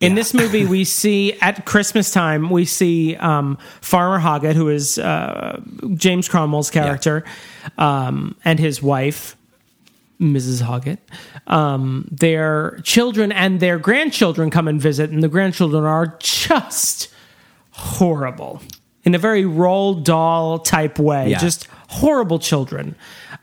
Speaker 2: In this movie, we see at Christmas time we see um, Farmer Hoggett, who is uh, James Cromwell's character, um, and his wife, Mrs. Hoggett. Um, their children and their grandchildren come and visit, and the grandchildren are just horrible in a very Roald doll type way.
Speaker 1: Yeah.
Speaker 2: Just horrible children.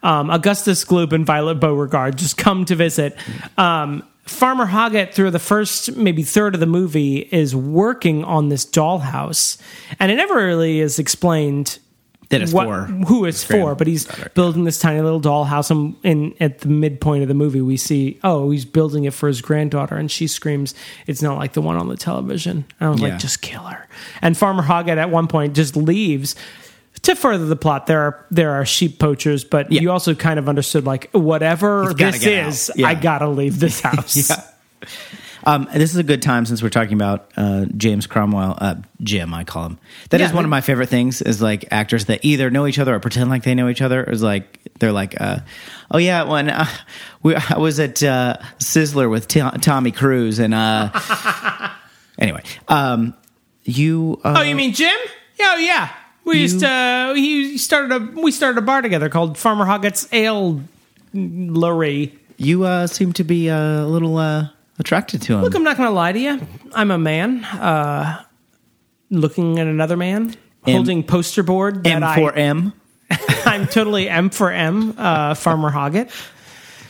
Speaker 2: Um, Augustus Gloop and Violet Beauregard just come to visit. Um, Farmer Hoggett, through the first maybe third of the movie, is working on this dollhouse, and it never really is explained
Speaker 1: That is
Speaker 2: what-
Speaker 1: four.
Speaker 2: who it's
Speaker 1: grand-
Speaker 2: for, but he's building this tiny little dollhouse. And, and at the midpoint of the movie, we see, oh, he's building it for his granddaughter, and she screams, "It's not like the one on the television." And I was
Speaker 1: Yeah.
Speaker 2: like, just kill her. And Farmer Hoggett at one point just leaves. To further the plot, there are there are sheep poachers, but
Speaker 1: Yeah.
Speaker 2: you also kind of understood like whatever
Speaker 1: He's gotta
Speaker 2: this
Speaker 1: get
Speaker 2: is,
Speaker 1: out. (laughs) Yeah.
Speaker 2: I gotta leave this (laughs) house.
Speaker 1: Um, this is a good time since we're talking about uh, James Cromwell, uh, Jim, I call him. That is
Speaker 2: Yeah,
Speaker 1: one of
Speaker 2: that-
Speaker 1: my favorite things is like actors that either know each other or pretend like they know each other. Is like they're like, uh, oh yeah, when uh, we, I was at uh, Sizzler with T- Tommy Cruise, and
Speaker 2: (laughs)
Speaker 1: uh, anyway, um, you uh,
Speaker 2: Oh, you mean Jim? Yeah, oh, yeah. We used to. he started a. We started a bar together called Farmer Hoggett's Ale Lorry.
Speaker 1: you uh, seem to be uh, a little uh, attracted to him.
Speaker 2: Look, I'm not going to lie to you. I'm a man. Uh, looking at another man.
Speaker 1: M-
Speaker 2: Holding poster board that
Speaker 1: M for M.
Speaker 2: I, (laughs) I'm totally M for M, uh, Farmer Hoggett.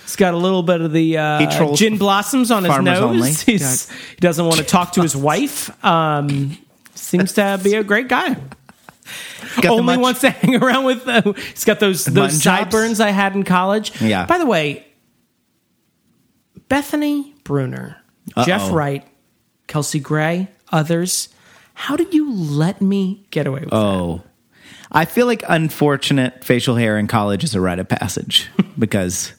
Speaker 2: He's got a little bit of the
Speaker 1: He
Speaker 2: uh,
Speaker 1: trolls
Speaker 2: gin blossoms on his
Speaker 1: farmers
Speaker 2: nose. (laughs)
Speaker 1: only.
Speaker 2: He's, he doesn't want to talk to his wife. Um, seems to be a great guy.
Speaker 1: Got the
Speaker 2: only
Speaker 1: much-
Speaker 2: wants to hang around with. Uh, he's got those
Speaker 1: mutton
Speaker 2: those
Speaker 1: chops?
Speaker 2: sideburns I had in college.
Speaker 1: Yeah.
Speaker 2: By the way, Bethany Bruner, Jeff
Speaker 1: Uh-oh.
Speaker 2: Wright, Kelsey Gray, others. How did you let me get away with that?
Speaker 1: Oh. I feel like unfortunate facial hair in college is a rite of
Speaker 2: (laughs)
Speaker 1: passage because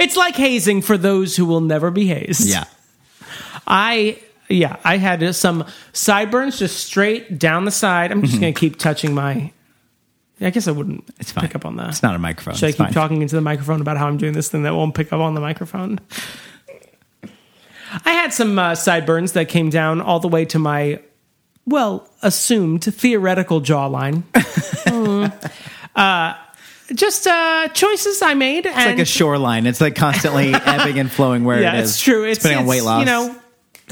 Speaker 2: It's like hazing for those who will never be hazed. I yeah, I had some sideburns just straight down the side. I'm just gonna keep touching my. I guess I wouldn't
Speaker 1: Mm-hmm. It's fine.
Speaker 2: pick up on that.
Speaker 1: It's not a microphone.
Speaker 2: Should I
Speaker 1: It's
Speaker 2: keep
Speaker 1: fine.
Speaker 2: talking into the microphone about how I'm doing this thing that won't pick up on the microphone? I had some uh, sideburns that came down all the way to my, well, assumed theoretical
Speaker 1: (laughs)
Speaker 2: jawline. Mm. Uh, just uh, choices I made.
Speaker 1: It's
Speaker 2: and
Speaker 1: like a shoreline. It's like
Speaker 2: (laughs)
Speaker 1: constantly ebbing and flowing where
Speaker 2: yeah,
Speaker 1: it is.
Speaker 2: it's true. It's,
Speaker 1: depending on
Speaker 2: it's,
Speaker 1: weight loss.
Speaker 2: You know,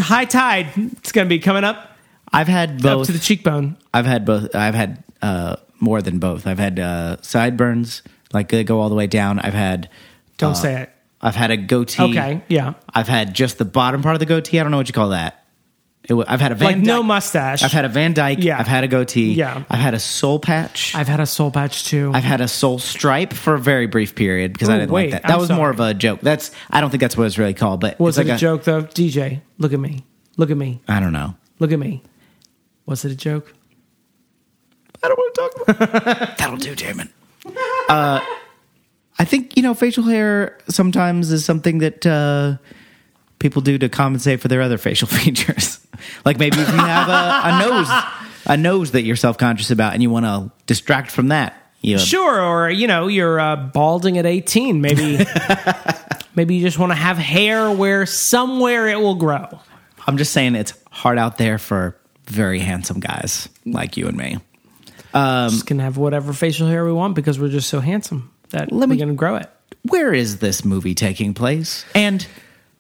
Speaker 2: high tide. It's going to be coming up
Speaker 1: I've had
Speaker 2: up
Speaker 1: both.
Speaker 2: to the cheekbone.
Speaker 1: I've had both. I've had uh, more than both. I've had uh, sideburns like they go all the way down. I've had.
Speaker 2: Don't
Speaker 1: uh,
Speaker 2: say it.
Speaker 1: I've had a goatee.
Speaker 2: Okay, yeah.
Speaker 1: I've had just the bottom part of the goatee. I don't know what you call that. It, wa- I've had a Van
Speaker 2: Like no
Speaker 1: Dyke-
Speaker 2: mustache.
Speaker 1: I've had a Van Dyke.
Speaker 2: Yeah.
Speaker 1: I've had a goatee.
Speaker 2: Yeah.
Speaker 1: I've had a soul patch.
Speaker 2: I've had a soul patch too.
Speaker 1: I've had a soul stripe for a very brief period because I
Speaker 2: Ooh,
Speaker 1: didn't like
Speaker 2: wait,
Speaker 1: that. That
Speaker 2: I'm
Speaker 1: was more of
Speaker 2: sorry.
Speaker 1: a joke. That's I don't think that's what it's really called, but
Speaker 2: Was
Speaker 1: it's
Speaker 2: it
Speaker 1: like
Speaker 2: a joke though? DJ, look at me. Look at me.
Speaker 1: I don't know.
Speaker 2: Look at me. Was it a joke?
Speaker 1: I don't want to talk about (laughs) That'll do, Damon. Uh, I think, you know, facial hair sometimes is something that uh, people do to compensate for their other facial (laughs) features. like maybe if you have a, a nose a nose that you're self conscious about and you want to distract from that. You
Speaker 2: Sure, or you know, you're uh, balding at 18. (laughs) Maybe, maybe you just want to have hair where somewhere it will grow.
Speaker 1: I'm just saying it's hard out there for very handsome guys like you and me.
Speaker 2: Um, just can have whatever facial hair we want because we're just so handsome that
Speaker 1: Let
Speaker 2: we're
Speaker 1: me-
Speaker 2: gonna grow it.
Speaker 1: where is this movie taking place? And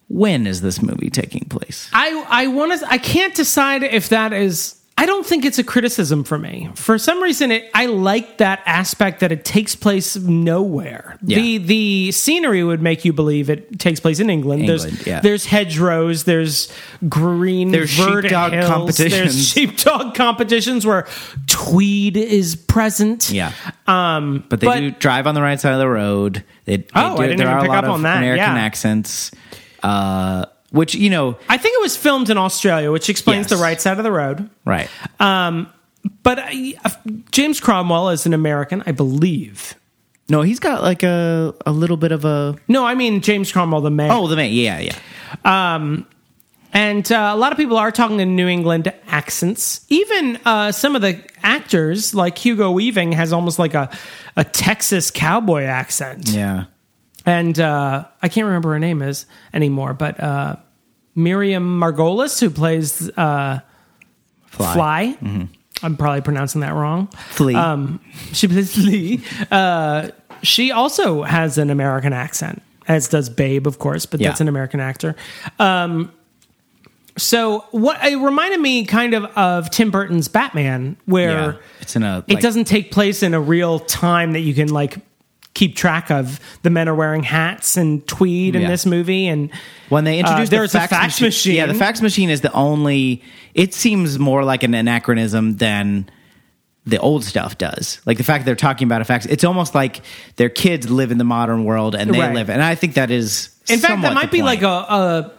Speaker 1: when is this movie taking place?
Speaker 2: I I want to. I can't decide if that is. I don't think it's a criticism for me. For some reason, it, I like that aspect that it takes place nowhere.
Speaker 1: Yeah.
Speaker 2: The the scenery would make you believe it takes place in England.
Speaker 1: England,
Speaker 2: there's
Speaker 1: yeah.
Speaker 2: there's hedgerows. There's green.
Speaker 1: There's
Speaker 2: verdant
Speaker 1: sheepdog
Speaker 2: hills, There's
Speaker 1: competitions.
Speaker 2: (laughs) sheepdog competitions where tweed is present.
Speaker 1: Yeah. Um, but they
Speaker 2: but-
Speaker 1: do drive on the right side of the road. They, they
Speaker 2: Oh,
Speaker 1: do,
Speaker 2: I didn't
Speaker 1: there
Speaker 2: even
Speaker 1: are
Speaker 2: pick
Speaker 1: a lot
Speaker 2: up
Speaker 1: of
Speaker 2: on that,
Speaker 1: American
Speaker 2: yeah.
Speaker 1: accents, uh, which you know,
Speaker 2: I think it was filmed in Australia, which explains
Speaker 1: Yes.
Speaker 2: the right side of the road.
Speaker 1: right?
Speaker 2: But I, James Cromwell is an American, I believe.
Speaker 1: No, he's got like a a little bit of a
Speaker 2: No, I mean James Cromwell, the man.
Speaker 1: oh the man yeah yeah
Speaker 2: And uh, a lot of people are talking in New England accents. Even uh, some of the actors, like Hugo Weaving, has almost like a, a Texas cowboy accent.
Speaker 1: yeah.
Speaker 2: And uh, I can't remember her name is anymore, but uh, Miriam Margolis, who plays uh,
Speaker 1: Fly. Mm-hmm.
Speaker 2: Fly. I'm probably pronouncing that wrong.
Speaker 1: Flea.
Speaker 2: Um, she plays Lee. Uh, she also has an American accent, as does Babe, of course, but
Speaker 1: Yeah.
Speaker 2: that's an American actor. Um, so what it reminded me kind of of Tim Burton's Batman, where
Speaker 1: Yeah. It's in a,
Speaker 2: it
Speaker 1: like-
Speaker 2: doesn't take place in a real time that you can like keep track of. The men are wearing hats and tweed in
Speaker 1: Yeah.
Speaker 2: this movie, and
Speaker 1: When they introduced
Speaker 2: there
Speaker 1: the
Speaker 2: is Uh, a
Speaker 1: fax
Speaker 2: fax machine.
Speaker 1: yeah, the fax machine is the only. It seems more like an anachronism than the old stuff does. Like the fact they're talking about a fax, it's almost like their kids live in the modern world and they
Speaker 2: Right.
Speaker 1: live. And I think that is.
Speaker 2: in fact that might be like a,
Speaker 1: a.
Speaker 2: a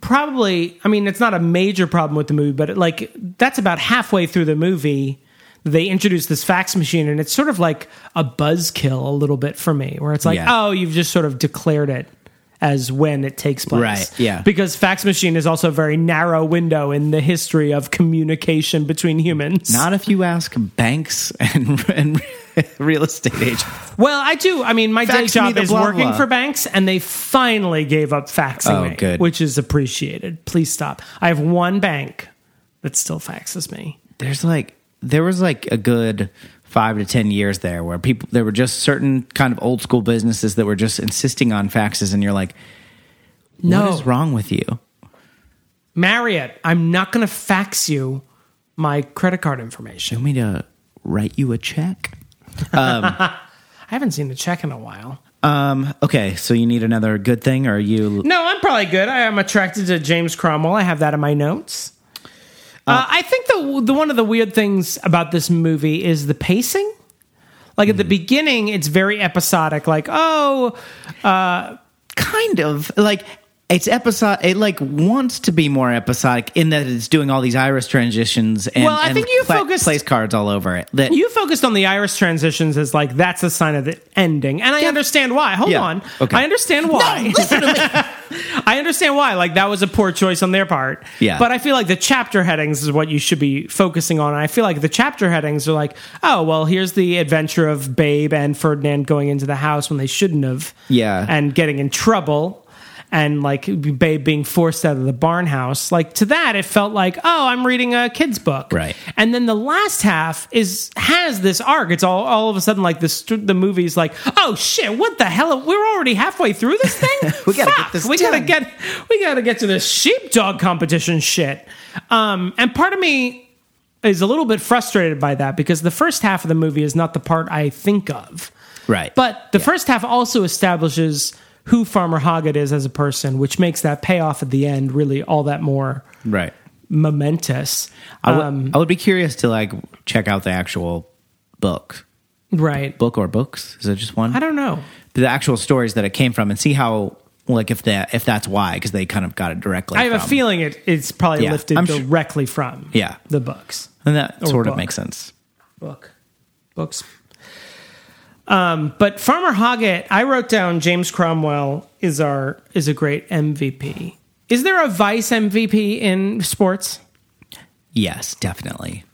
Speaker 2: probably i mean it's not a major problem with the movie but it, like that's about halfway through the movie they introduce this fax machine and it's sort of like a buzzkill a little bit for me where it's like
Speaker 1: Yeah.
Speaker 2: oh you've just sort of declared it as when it takes place
Speaker 1: Right, yeah.
Speaker 2: because fax machine is also a very narrow window in the history of communication between humans
Speaker 1: Not if you ask banks (laughs) and and real estate agents.
Speaker 2: well i do i mean my day
Speaker 1: Fax me
Speaker 2: job
Speaker 1: the
Speaker 2: is
Speaker 1: blah,
Speaker 2: working
Speaker 1: blah.
Speaker 2: for banks and they finally gave up faxing
Speaker 1: Oh,
Speaker 2: me,
Speaker 1: good.
Speaker 2: which is appreciated. Please stop. I have one bank that still faxes me.
Speaker 1: There's like there was like a good five to ten years there where people there were just certain kind of old school businesses that were just insisting on faxes, and you're like,
Speaker 2: No.
Speaker 1: what is wrong with you?
Speaker 2: Marriott, I'm not going to fax you my credit card information.
Speaker 1: want me to write you a check?
Speaker 2: I haven't seen the check in a while.
Speaker 1: Um, okay, so you need another good thing, or you?
Speaker 2: No, I'm probably good. I am attracted to James Cromwell. I have that in my notes. Uh, I think the the one of the weird things about this movie is the pacing. Like at
Speaker 1: Hmm.
Speaker 2: the beginning, it's very episodic. Like, oh,
Speaker 1: Kind of like it's episode. It like wants to be more episodic in that it's doing all these iris transitions and,
Speaker 2: Well, I
Speaker 1: and
Speaker 2: think you
Speaker 1: pla-
Speaker 2: focused-
Speaker 1: place cards all over it. That
Speaker 2: You focused on the iris transitions as like that's a sign of the ending, and I understand why. Hold
Speaker 1: Yeah.
Speaker 2: on,
Speaker 1: Okay.
Speaker 2: I understand why. (laughs) I understand why. Like that was a poor choice on their part.
Speaker 1: Yeah.
Speaker 2: but I feel like the chapter headings is what you should be focusing on. And I feel like the chapter headings are like, oh well, here's the adventure of Babe and Ferdinand going into the house when they shouldn't have.
Speaker 1: Yeah.
Speaker 2: and getting in trouble. And like Babe being forced out of the barn house, like to that, it felt like, oh, I'm reading a kid's book.
Speaker 1: Right.
Speaker 2: And then the last half is has this arc. It's all all of a sudden like the st- the movie's like, oh shit, what the hell? We're already halfway through
Speaker 1: (laughs)
Speaker 2: this thing.
Speaker 1: We gotta get
Speaker 2: Fuck,
Speaker 1: this
Speaker 2: We gotta
Speaker 1: done."
Speaker 2: get we gotta get to this sheepdog competition shit. Um, and part of me is a little bit frustrated by that because the first half of the movie is not the part I think of.
Speaker 1: right,
Speaker 2: But the first half also establishes who Farmer Hoggett is as a person, which makes that payoff at the end really all that more
Speaker 1: right.
Speaker 2: momentous.
Speaker 1: I would-
Speaker 2: Um,
Speaker 1: I would be curious to like check out the actual book,
Speaker 2: Right.
Speaker 1: book or books. Is it just one?
Speaker 2: I don't know.
Speaker 1: the actual stories that it came from, and see how like if that if that's why because they kind of got it directly.
Speaker 2: I have a
Speaker 1: from-
Speaker 2: feeling it, it's probably
Speaker 1: Yeah,
Speaker 2: lifted
Speaker 1: I'm su-
Speaker 2: directly from
Speaker 1: Yeah.
Speaker 2: the books.
Speaker 1: and that
Speaker 2: or
Speaker 1: sort
Speaker 2: book.
Speaker 1: of makes sense.
Speaker 2: Book. Books. Um, but Farmer Hoggett, I wrote down James Cromwell is our is a great MVP. Is there a vice MVP in sports?
Speaker 1: Yes, definitely.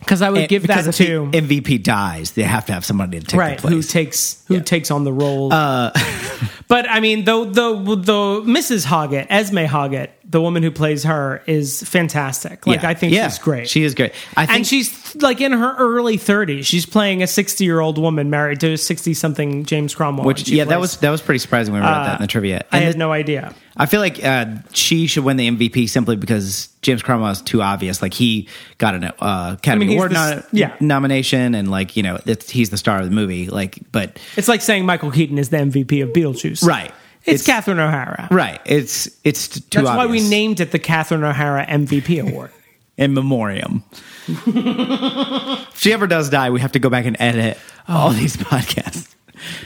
Speaker 2: Because I would
Speaker 1: And-
Speaker 2: give
Speaker 1: because
Speaker 2: that
Speaker 1: if the
Speaker 2: to
Speaker 1: MVP dies. They have to have somebody to take
Speaker 2: right
Speaker 1: the
Speaker 2: who
Speaker 1: place. Uh,
Speaker 2: takes who takes on
Speaker 1: (laughs)
Speaker 2: the role. but I mean, the the the Mrs. Hoggett, Esme Hoggett, the woman who plays her is fantastic. Like
Speaker 1: Yeah.
Speaker 2: I think
Speaker 1: Yeah.
Speaker 2: she's great.
Speaker 1: She is great. I think
Speaker 2: and she's like in her early 30s. She's playing a 60 year old woman married to 60 something James Cromwell. and
Speaker 1: which
Speaker 2: she
Speaker 1: yeah, that
Speaker 2: plays-
Speaker 1: was that was pretty surprising when we read that in the trivia.
Speaker 2: Uh, I
Speaker 1: And
Speaker 2: had
Speaker 1: the-
Speaker 2: no idea.
Speaker 1: I feel like uh, she should win the MVP simply because James Cromwell is too obvious. Like he got an uh, Academy
Speaker 2: I mean, he's
Speaker 1: Award
Speaker 2: the
Speaker 1: no-
Speaker 2: s- yeah.
Speaker 1: nomination, and like you know, it's, he's the star of the movie. Like, but
Speaker 2: It's like saying Michael Keaton is the MVP of Beetlejuice.
Speaker 1: Right.
Speaker 2: It's,
Speaker 1: It's-
Speaker 2: Catherine O'Hara.
Speaker 1: right, it's it's t- too
Speaker 2: That's why
Speaker 1: obvious.
Speaker 2: we named it the Catherine O'Hara MVP Award.
Speaker 1: in
Speaker 2: (laughs)
Speaker 1: memoriam. if she ever does die, we have to go back and edit
Speaker 2: Oh.
Speaker 1: all these podcasts.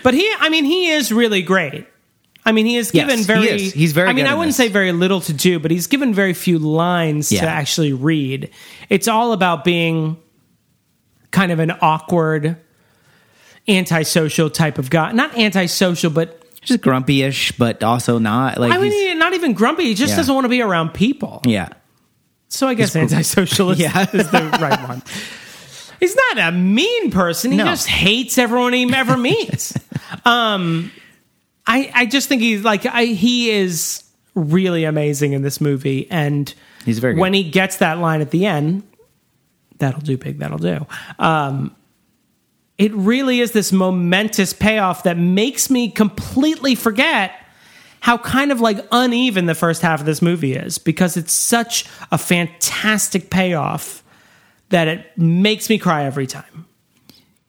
Speaker 2: But he, I mean, he is really great. I mean, he is
Speaker 1: Yes,
Speaker 2: given
Speaker 1: he
Speaker 2: very.
Speaker 1: is. He's very
Speaker 2: I mean,
Speaker 1: good
Speaker 2: I
Speaker 1: in
Speaker 2: wouldn't
Speaker 1: this.
Speaker 2: say very little to do, but he's given very few lines
Speaker 1: Yeah.
Speaker 2: to actually read. It's all about being kind of an awkward, antisocial type of guy. Not antisocial, but
Speaker 1: Just grumpy-ish, but also not like
Speaker 2: I mean,
Speaker 1: he's-
Speaker 2: he- not even grumpy. He just
Speaker 1: Yeah.
Speaker 2: doesn't want to be around people.
Speaker 1: yeah.
Speaker 2: So I guess antisocial
Speaker 1: (laughs)
Speaker 2: is,
Speaker 1: Yeah.
Speaker 2: is the right one. He's not a mean person. He
Speaker 1: No.
Speaker 2: just hates everyone he
Speaker 1: (laughs)
Speaker 2: ever meets. um, I I just think he's like I, he is really amazing in this movie, and
Speaker 1: He's very good.
Speaker 2: when he gets that line at the end, that'll do, pig. That'll do. Um, it really is this momentous payoff that makes me completely forget how kind of like uneven the first half of this movie is because it's such a fantastic payoff that it makes me cry every time.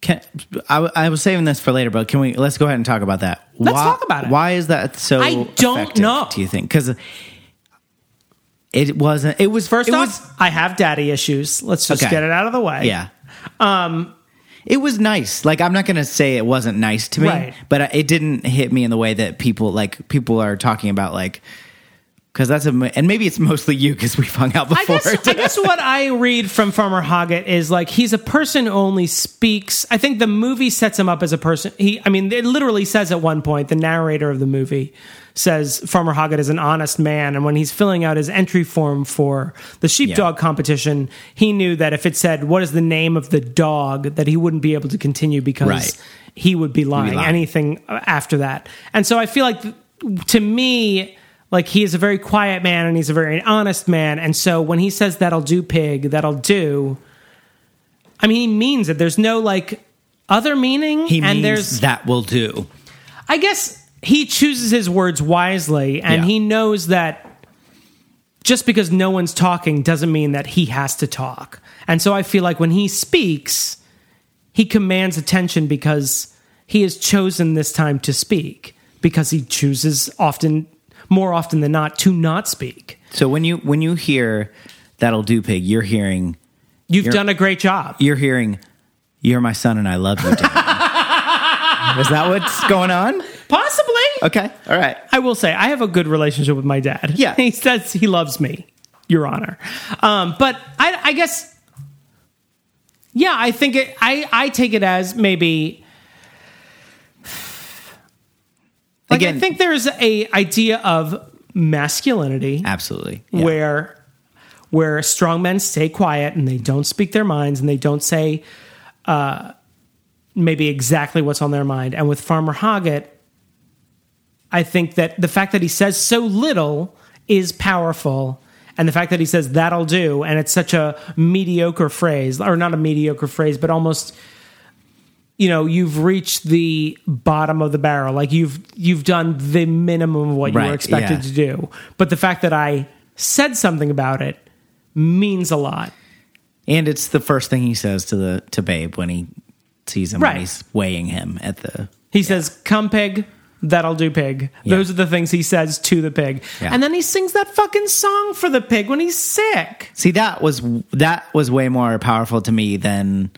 Speaker 1: Can, I, I was saving this for later, but can we? Let's go ahead and talk about that.
Speaker 2: Let's
Speaker 1: why,
Speaker 2: talk about it.
Speaker 1: Why is that so?
Speaker 2: I don't
Speaker 1: effective,
Speaker 2: know.
Speaker 1: Do you think because it wasn't? It was
Speaker 2: First
Speaker 1: it
Speaker 2: off,
Speaker 1: was-
Speaker 2: I have daddy issues. Let's just
Speaker 1: Okay.
Speaker 2: get it out of the way.
Speaker 1: yeah. Um,
Speaker 2: Um,
Speaker 1: it was nice. Like I'm not gonna say it wasn't nice to me,
Speaker 2: Right.
Speaker 1: but I- it didn't hit me in the way that people like people are talking about like because that's a mo- and maybe it's mostly you because we've hung out
Speaker 2: I
Speaker 1: before.
Speaker 2: guess, I guess what I read from Farmer Hoggett is like he's a person who only speaks. I think the movie sets him up as a person. He, I mean, it literally says at one point the narrator of the movie says Farmer Hoggett is an honest man, and when he's filling out his entry form for the sheepdog competition, he knew that if it said what is the name of the dog, that he wouldn't be able to continue because
Speaker 1: Right.
Speaker 2: he would be lying.
Speaker 1: lying.
Speaker 2: Anything after that, and so I feel like th- to me like he is a very quiet man and he's a very honest man and so when he says that'll do pig that'll do i mean he means it there's no like other
Speaker 1: (laughs)
Speaker 2: meaning
Speaker 1: he
Speaker 2: and
Speaker 1: means
Speaker 2: there's
Speaker 1: that will do.
Speaker 2: i guess he chooses his words wisely and
Speaker 1: Yeah.
Speaker 2: he knows that just because no one's talking doesn't mean that he has to talk and so i feel like when he speaks he commands attention because he has chosen this time to speak because he chooses often more often than not to not speak
Speaker 1: So when you when you hear that'll do pig, you're hearing
Speaker 2: you've
Speaker 1: You're-
Speaker 2: done a great job
Speaker 1: you're hearing you're my son and I love you. Dad."
Speaker 2: (laughs)
Speaker 1: Is that what's going on?
Speaker 2: possibly
Speaker 1: Okay, all right.
Speaker 2: i will say i have a good relationship with my dad
Speaker 1: Yeah.
Speaker 2: (laughs) he says he loves me your honor um, but I, I guess yeah i think it, I, I take it as maybe like
Speaker 1: Again,
Speaker 2: i think there's a idea of masculinity
Speaker 1: absolutely. Yeah.
Speaker 2: where where strong men stay quiet and they don't speak their minds and they don't say uh, maybe exactly what's on their mind. And with Farmer Hoggett, I think that the fact that he says so little is powerful. And the fact that he says that'll do, and it's such a mediocre phrase, or not a mediocre phrase, but almost you know, you've reached the bottom of the barrel. Like you've you've done the minimum of what you
Speaker 1: Right,
Speaker 2: were expected
Speaker 1: yeah.
Speaker 2: to do. But the fact that I said something about it means a lot.
Speaker 1: And it's the first thing he says to the to Babe when he sees him
Speaker 2: Right.
Speaker 1: when he's weighing him at the
Speaker 2: He says, "Come, pig." That'll do, pig.
Speaker 1: Yeah.
Speaker 2: Those are the things he says to the pig,
Speaker 1: Yeah.
Speaker 2: and then he sings that fucking song for the pig when he's sick.
Speaker 1: See that was that was way more powerful to me than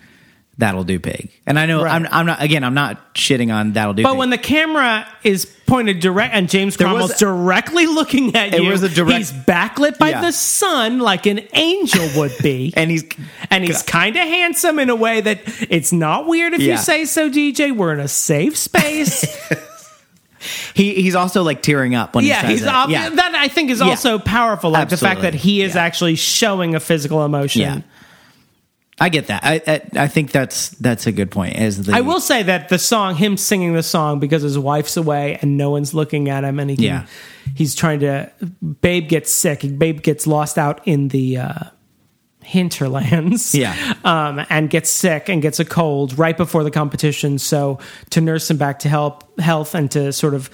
Speaker 1: That'll Do Pig. And I know
Speaker 2: Right.
Speaker 1: I'm I'm not again I'm not shitting on That'll Do
Speaker 2: But
Speaker 1: Pig.
Speaker 2: when the camera is pointed direct and James Cromwell's
Speaker 1: was-
Speaker 2: directly looking at
Speaker 1: It
Speaker 2: you,
Speaker 1: was a direct-
Speaker 2: he's backlit by
Speaker 1: Yeah.
Speaker 2: the sun like an angel would be.
Speaker 1: (laughs) and he's
Speaker 2: And he's kind of handsome in a way that it's not weird if
Speaker 1: Yeah.
Speaker 2: you say so, DJ. We're in a safe space.
Speaker 1: he he's also like tearing up when (laughs)
Speaker 2: yeah,
Speaker 1: he says
Speaker 2: he's
Speaker 1: it.
Speaker 2: obvi-
Speaker 1: yeah.
Speaker 2: that I think is
Speaker 1: Yeah.
Speaker 2: also powerful. Like the fact that
Speaker 1: Absolutely.
Speaker 2: he is
Speaker 1: Yeah.
Speaker 2: actually showing a physical emotion.
Speaker 1: Yeah. I get that. I, I I think that's that's a good point. Is the
Speaker 2: I will say that the song, him singing the song because his wife's away and no one's looking at him, and he can,
Speaker 1: Yeah.
Speaker 2: he's trying to. Babe gets sick. Babe gets lost out in the uh, hinterlands.
Speaker 1: Yeah.
Speaker 2: (laughs) um, and gets sick and gets a cold right before the competition. So to nurse him back to help health and to sort of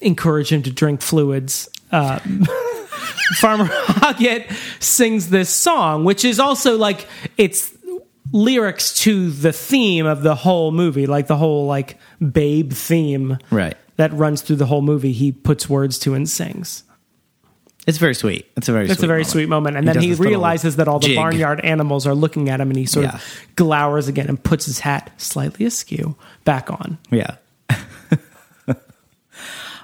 Speaker 2: encourage him to drink fluids. Uh, Farmer (laughs) Hoggett sings this song, which is also like it's lyrics to the theme of the whole movie, like the whole like babe theme
Speaker 1: right.
Speaker 2: that runs through the whole movie. He puts words to and sings.
Speaker 1: It's very sweet. It's a very
Speaker 2: It's a very sweet moment, and
Speaker 1: He
Speaker 2: then
Speaker 1: does
Speaker 2: he
Speaker 1: this little
Speaker 2: realizes that all the
Speaker 1: jig.
Speaker 2: barnyard animals are looking at him, and he sort
Speaker 1: Yeah.
Speaker 2: of glowers again and puts his hat slightly askew back on.
Speaker 1: Yeah. (laughs)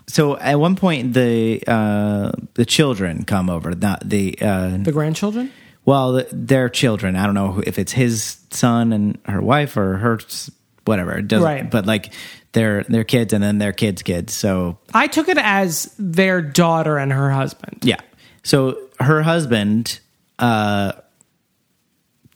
Speaker 1: so at one point the uh, the children come over. Not the uh,
Speaker 2: The grandchildren.
Speaker 1: well, th- their children. I don't know who- if it's his son and her wife or her s- whatever. It doesn't.
Speaker 2: Right.
Speaker 1: But like their their kids and then their kids' kids. So
Speaker 2: I took it as their daughter and her husband.
Speaker 1: yeah. So her husband. Uh,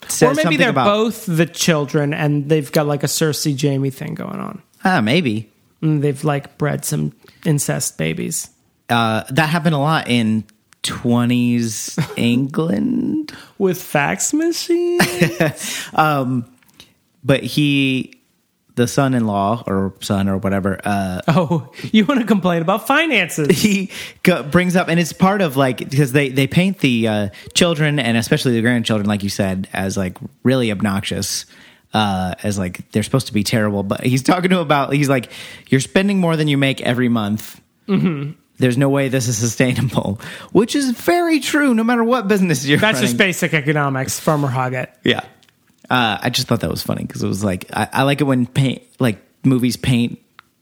Speaker 1: says
Speaker 2: or maybe
Speaker 1: something
Speaker 2: they're
Speaker 1: about,
Speaker 2: both the children and they've got like a Cersei Jamie thing going on.
Speaker 1: Ah, maybe.
Speaker 2: And they've like bred some incest babies.
Speaker 1: Uh, that happened a lot in
Speaker 2: (laughs)
Speaker 1: 20s England.
Speaker 2: With fax machine?
Speaker 1: But he, the son in law or son or whatever, uh,
Speaker 2: (laughs) oh, you want to complain
Speaker 1: (laughs)
Speaker 2: about finances?
Speaker 1: he go, brings up, and it's part of like, because they, they paint the uh, children and especially the grandchildren, like you said, as like really obnoxious. Uh, as like they're supposed to be terrible, but he's talking to about he's like you're spending more than you make every month.
Speaker 2: Mm-hmm.
Speaker 1: There's no way this is sustainable, which is very true. No matter what business you're,
Speaker 2: That's
Speaker 1: running.
Speaker 2: just basic economics, Farmer Hoggett.
Speaker 1: Yeah. Uh, I just thought that was funny because it was like I, I like it when paint like movies paint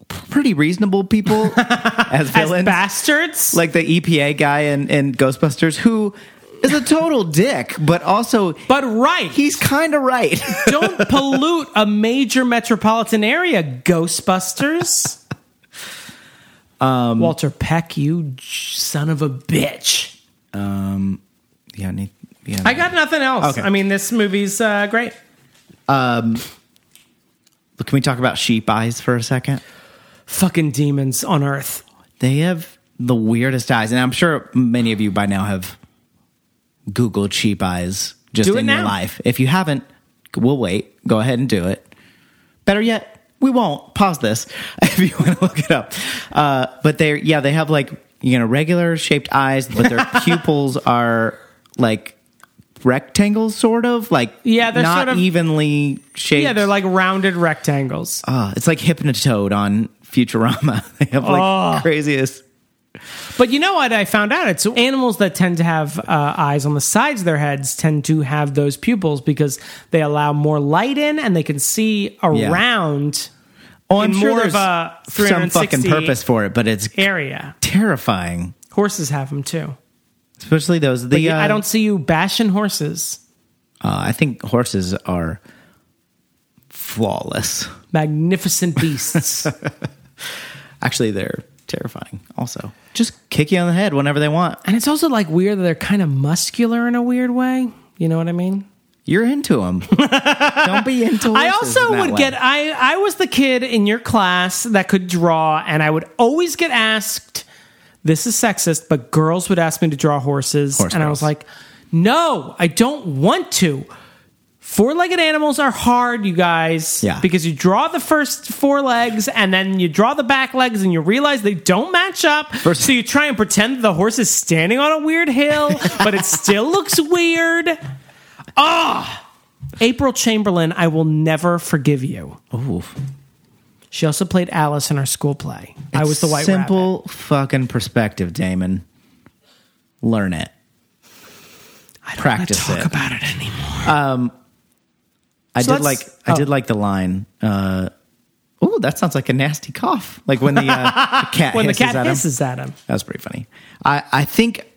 Speaker 1: pretty reasonable people as (laughs)
Speaker 2: As
Speaker 1: villains, (laughs)
Speaker 2: bastards?
Speaker 1: like the EPA guy in, in Ghostbusters, who is a total dick, but also
Speaker 2: but right.
Speaker 1: he's kind of right. (laughs)
Speaker 2: don't pollute a major metropolitan area, Ghostbusters. Um, Walter Peck, you j- son of a bitch.
Speaker 1: yeah, need, yeah.
Speaker 2: I got nothing else.
Speaker 1: Okay.
Speaker 2: I mean, this movie's uh, great.
Speaker 1: Can we talk about sheep eyes for a second?
Speaker 2: Fucking demons on Earth.
Speaker 1: They have the weirdest eyes, and I'm sure many of you by now have Googled sheep eyes just
Speaker 2: Do it
Speaker 1: in your
Speaker 2: now.
Speaker 1: life. If you haven't, we'll wait. Go ahead and do it. Better yet, we won't. Pause this (laughs) if you want to look it up. Uh, but they're yeah, they have like you know regular shaped eyes, but
Speaker 2: (laughs)
Speaker 1: their pupils are like rectangles, sort of like
Speaker 2: Yeah, they're
Speaker 1: not
Speaker 2: sort of-
Speaker 1: evenly shaped.
Speaker 2: Yeah, they're like rounded rectangles.
Speaker 1: Ah, it's like Hypnotoad on Futurama. (laughs) they have like
Speaker 2: Oh.
Speaker 1: craziest.
Speaker 2: But you know what I found out? It's animals that tend to have uh, eyes on the sides of their heads tend to have those pupils because they allow more light in and they can see around
Speaker 1: Oh, I'm
Speaker 2: in
Speaker 1: sure
Speaker 2: more of
Speaker 1: there's
Speaker 2: a
Speaker 1: some fucking
Speaker 2: 360
Speaker 1: purpose for it, but it's
Speaker 2: area.
Speaker 1: terrifying,
Speaker 2: Horses have them too.
Speaker 1: especially those. The
Speaker 2: Yeah,
Speaker 1: uh,
Speaker 2: I don't see you bashing horses.
Speaker 1: Uh, I think horses are flawless.
Speaker 2: Magnificent beasts.
Speaker 1: Actually, they're terrifying. Also, just kick you on the head whenever they want.
Speaker 2: and it's also like weird that they're kind of muscular in a weird way. You know what I mean?
Speaker 1: You're into
Speaker 2: (laughs)
Speaker 1: them. don't be into. Horses
Speaker 2: I also
Speaker 1: in that
Speaker 2: would
Speaker 1: way.
Speaker 2: get I I was the kid in your class that could draw and I would always get asked this is sexist but girls would ask me to draw horses
Speaker 1: Horse
Speaker 2: and I
Speaker 1: girls.
Speaker 2: was like no, I don't want to. Four-legged animals are hard, you guys,
Speaker 1: Yeah.
Speaker 2: because you draw the first four legs and then you draw the back legs and you realize they don't match up.
Speaker 1: First-
Speaker 2: so you try and pretend the horse is standing on a
Speaker 1: (laughs)
Speaker 2: weird hill, but it still looks weird. Ah! April Chamberlain, I will never forgive you.
Speaker 1: Ooh,
Speaker 2: She also played Alice in our school play. I
Speaker 1: It's
Speaker 2: was the white rabbit.
Speaker 1: simple fucking perspective, Damon. Learn it.
Speaker 2: I don't wanna
Speaker 1: practice
Speaker 2: talk
Speaker 1: it.
Speaker 2: about it anymore.
Speaker 1: I
Speaker 2: So
Speaker 1: did like
Speaker 2: let's-
Speaker 1: I
Speaker 2: oh.
Speaker 1: did like the line. Uh, oh, that sounds like a nasty cough. Like when the,
Speaker 2: (laughs)
Speaker 1: uh, the cat
Speaker 2: When the
Speaker 1: hisses
Speaker 2: cat
Speaker 1: at him.
Speaker 2: hisses at him,
Speaker 1: That was pretty funny. I, I think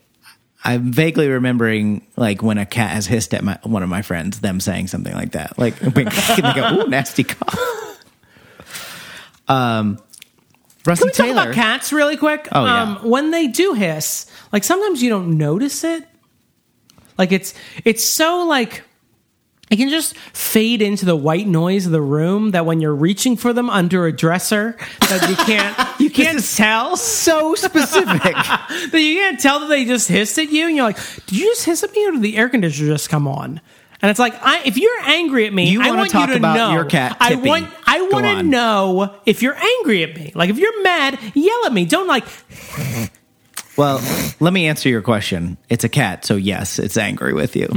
Speaker 1: I'm vaguely remembering like when a cat has hissed at my, one of my friends, them saying something like that. Like (laughs) when they go, "Ooh, nasty cough." Um, Rusty
Speaker 2: can we talk
Speaker 1: Taylor.
Speaker 2: about cats really quick? Um,
Speaker 1: Oh, yeah.
Speaker 2: When they do hiss, like sometimes you don't notice it. Like it's it's so like It can just fade into the white noise of the room that when you're reaching for them under a dresser that
Speaker 1: (laughs)
Speaker 2: you can't you can't
Speaker 1: (laughs)
Speaker 2: tell
Speaker 1: So
Speaker 2: (laughs)
Speaker 1: specific.
Speaker 2: that you can't tell that they just hissed at you and you're like, did you just hiss at me or did the air conditioner just come on? And it's like, I, if you're angry at me,
Speaker 1: You
Speaker 2: I
Speaker 1: wanna
Speaker 2: want
Speaker 1: talk
Speaker 2: you to
Speaker 1: about
Speaker 2: know.
Speaker 1: your cat
Speaker 2: I
Speaker 1: Tippy.
Speaker 2: want, I
Speaker 1: Go
Speaker 2: want to
Speaker 1: on.
Speaker 2: know if you're angry at me. Like if you're mad, yell at me. Don't like.
Speaker 1: well, let me answer your question. It's a cat, so yes, it's angry with
Speaker 2: (laughs)
Speaker 1: you.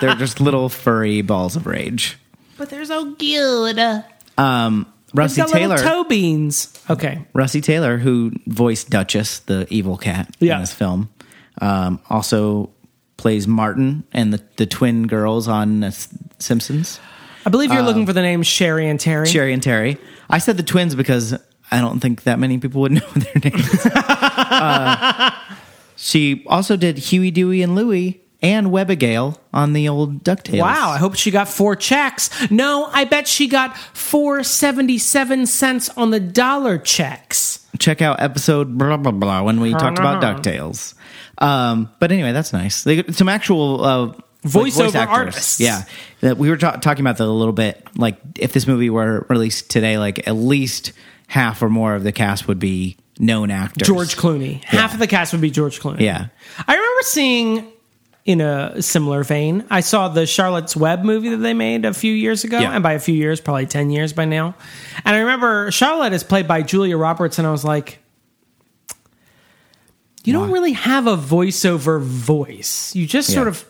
Speaker 1: They're just little furry balls of rage.
Speaker 2: But they're so cute. It's
Speaker 1: Rusty
Speaker 2: got
Speaker 1: Taylor.
Speaker 2: little toe beans. Okay,
Speaker 1: Rusty Taylor, who voiced Duchess, the evil cat
Speaker 2: Yeah.
Speaker 1: in this film, um, also plays Martin and the, the twin girls on uh, S- Simpsons,
Speaker 2: I believe you're looking for the names Sherry and Terry.
Speaker 1: Um, Sherry and Terry. I said the twins because I don't think that many people would (laughs) know their names. Uh, she also did Huey, Dewey, and Louie and Webigail on the old DuckTales.
Speaker 2: Wow, I hope she got four checks. No, I bet she got four seventy seven cents on the dollar checks.
Speaker 1: check out episode blah blah blah when
Speaker 2: Uh-huh.
Speaker 1: we talked about Ducktales. Um, but anyway, that's nice. They got some actual uh, like
Speaker 2: Voiceover
Speaker 1: actors.
Speaker 2: artists.
Speaker 1: Yeah, that we were ta- talking about that a little bit. Like if this movie were released today, like at least half or more of the cast would be known actors.
Speaker 2: George Clooney. Half of the cast would be George Clooney.
Speaker 1: Yeah.
Speaker 2: I remember seeing in a similar vein, I saw the Charlotte's Web movie that they made a few years ago,
Speaker 1: Yeah.
Speaker 2: and by a few years, probably 10 years by now. And I remember Charlotte is played by Julia Roberts, and I was like, you don't really have a voiceover voice. You just sort
Speaker 1: Yeah.
Speaker 2: of,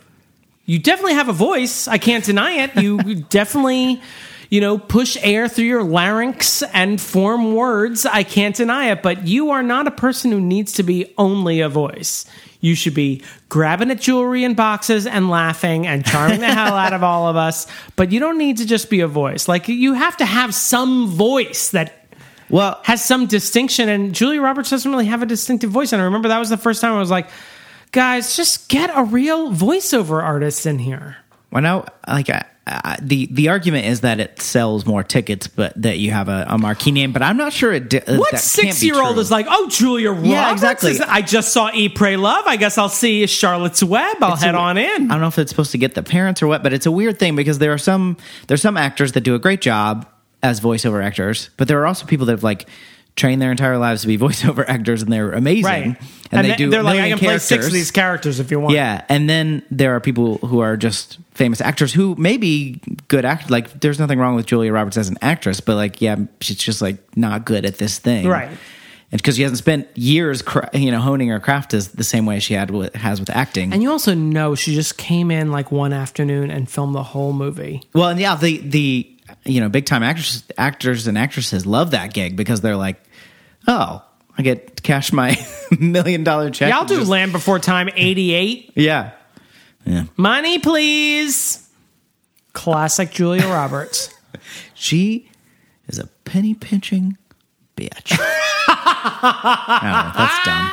Speaker 2: you definitely have a voice. I can't deny it. You (laughs) definitely, you know, push air through your larynx and form words. I can't deny it. But you are not a person who needs to be only a voice. You should be grabbing at jewelry and boxes and laughing and charming the hell out of all of us. But you don't need to just be a voice. Like, you have to have some voice that
Speaker 1: Well,
Speaker 2: has some distinction, and Julia Roberts doesn't really have a distinctive voice. And I remember that was the first time I was like, guys, just get a real voiceover artist in here.
Speaker 1: well, now like I, I, the the argument is that it sells more tickets, but that you have a, a marquee name. But I'm not sure it. uh, Di-
Speaker 2: What six year old is like, oh, Julia Roberts?
Speaker 1: exactly.
Speaker 2: is- I just saw E Pray Love. I guess I'll see Charlotte's Web. I'll head
Speaker 1: a-
Speaker 2: on in.
Speaker 1: I don't know if it's supposed to get the parents or what, but it's a weird thing because there are some there's some actors that do a great job as voiceover actors, but there are also people that have like trained their entire lives to be (laughs) voiceover actors and they're amazing.
Speaker 2: right.
Speaker 1: And, they
Speaker 2: then
Speaker 1: do
Speaker 2: they're
Speaker 1: a
Speaker 2: like, I
Speaker 1: million
Speaker 2: can play six of
Speaker 1: characters.
Speaker 2: these characters if you want.
Speaker 1: Yeah, and then there are people who are just famous actors who may be good act. Like, there's nothing wrong with Julia Roberts as an actress, but like, yeah, she's just like not good at this thing,
Speaker 2: Right.
Speaker 1: And because she hasn't spent years, cra- you know, honing her craft is the same way she had with, has with acting.
Speaker 2: And you also know she just came in like one afternoon and filmed the whole movie.
Speaker 1: Well, and yeah, the the you know big time actors actors and actresses love that gig because they're like, oh, I get to cash my (laughs) million dollar check.
Speaker 2: Yeah, I'll do
Speaker 1: Just-
Speaker 2: Land Before Time 88.
Speaker 1: yeah.
Speaker 2: Money, please. Classic Julia
Speaker 1: (laughs)
Speaker 2: Roberts.
Speaker 1: She is a penny pinching bitch. (laughs) No, that's dumb.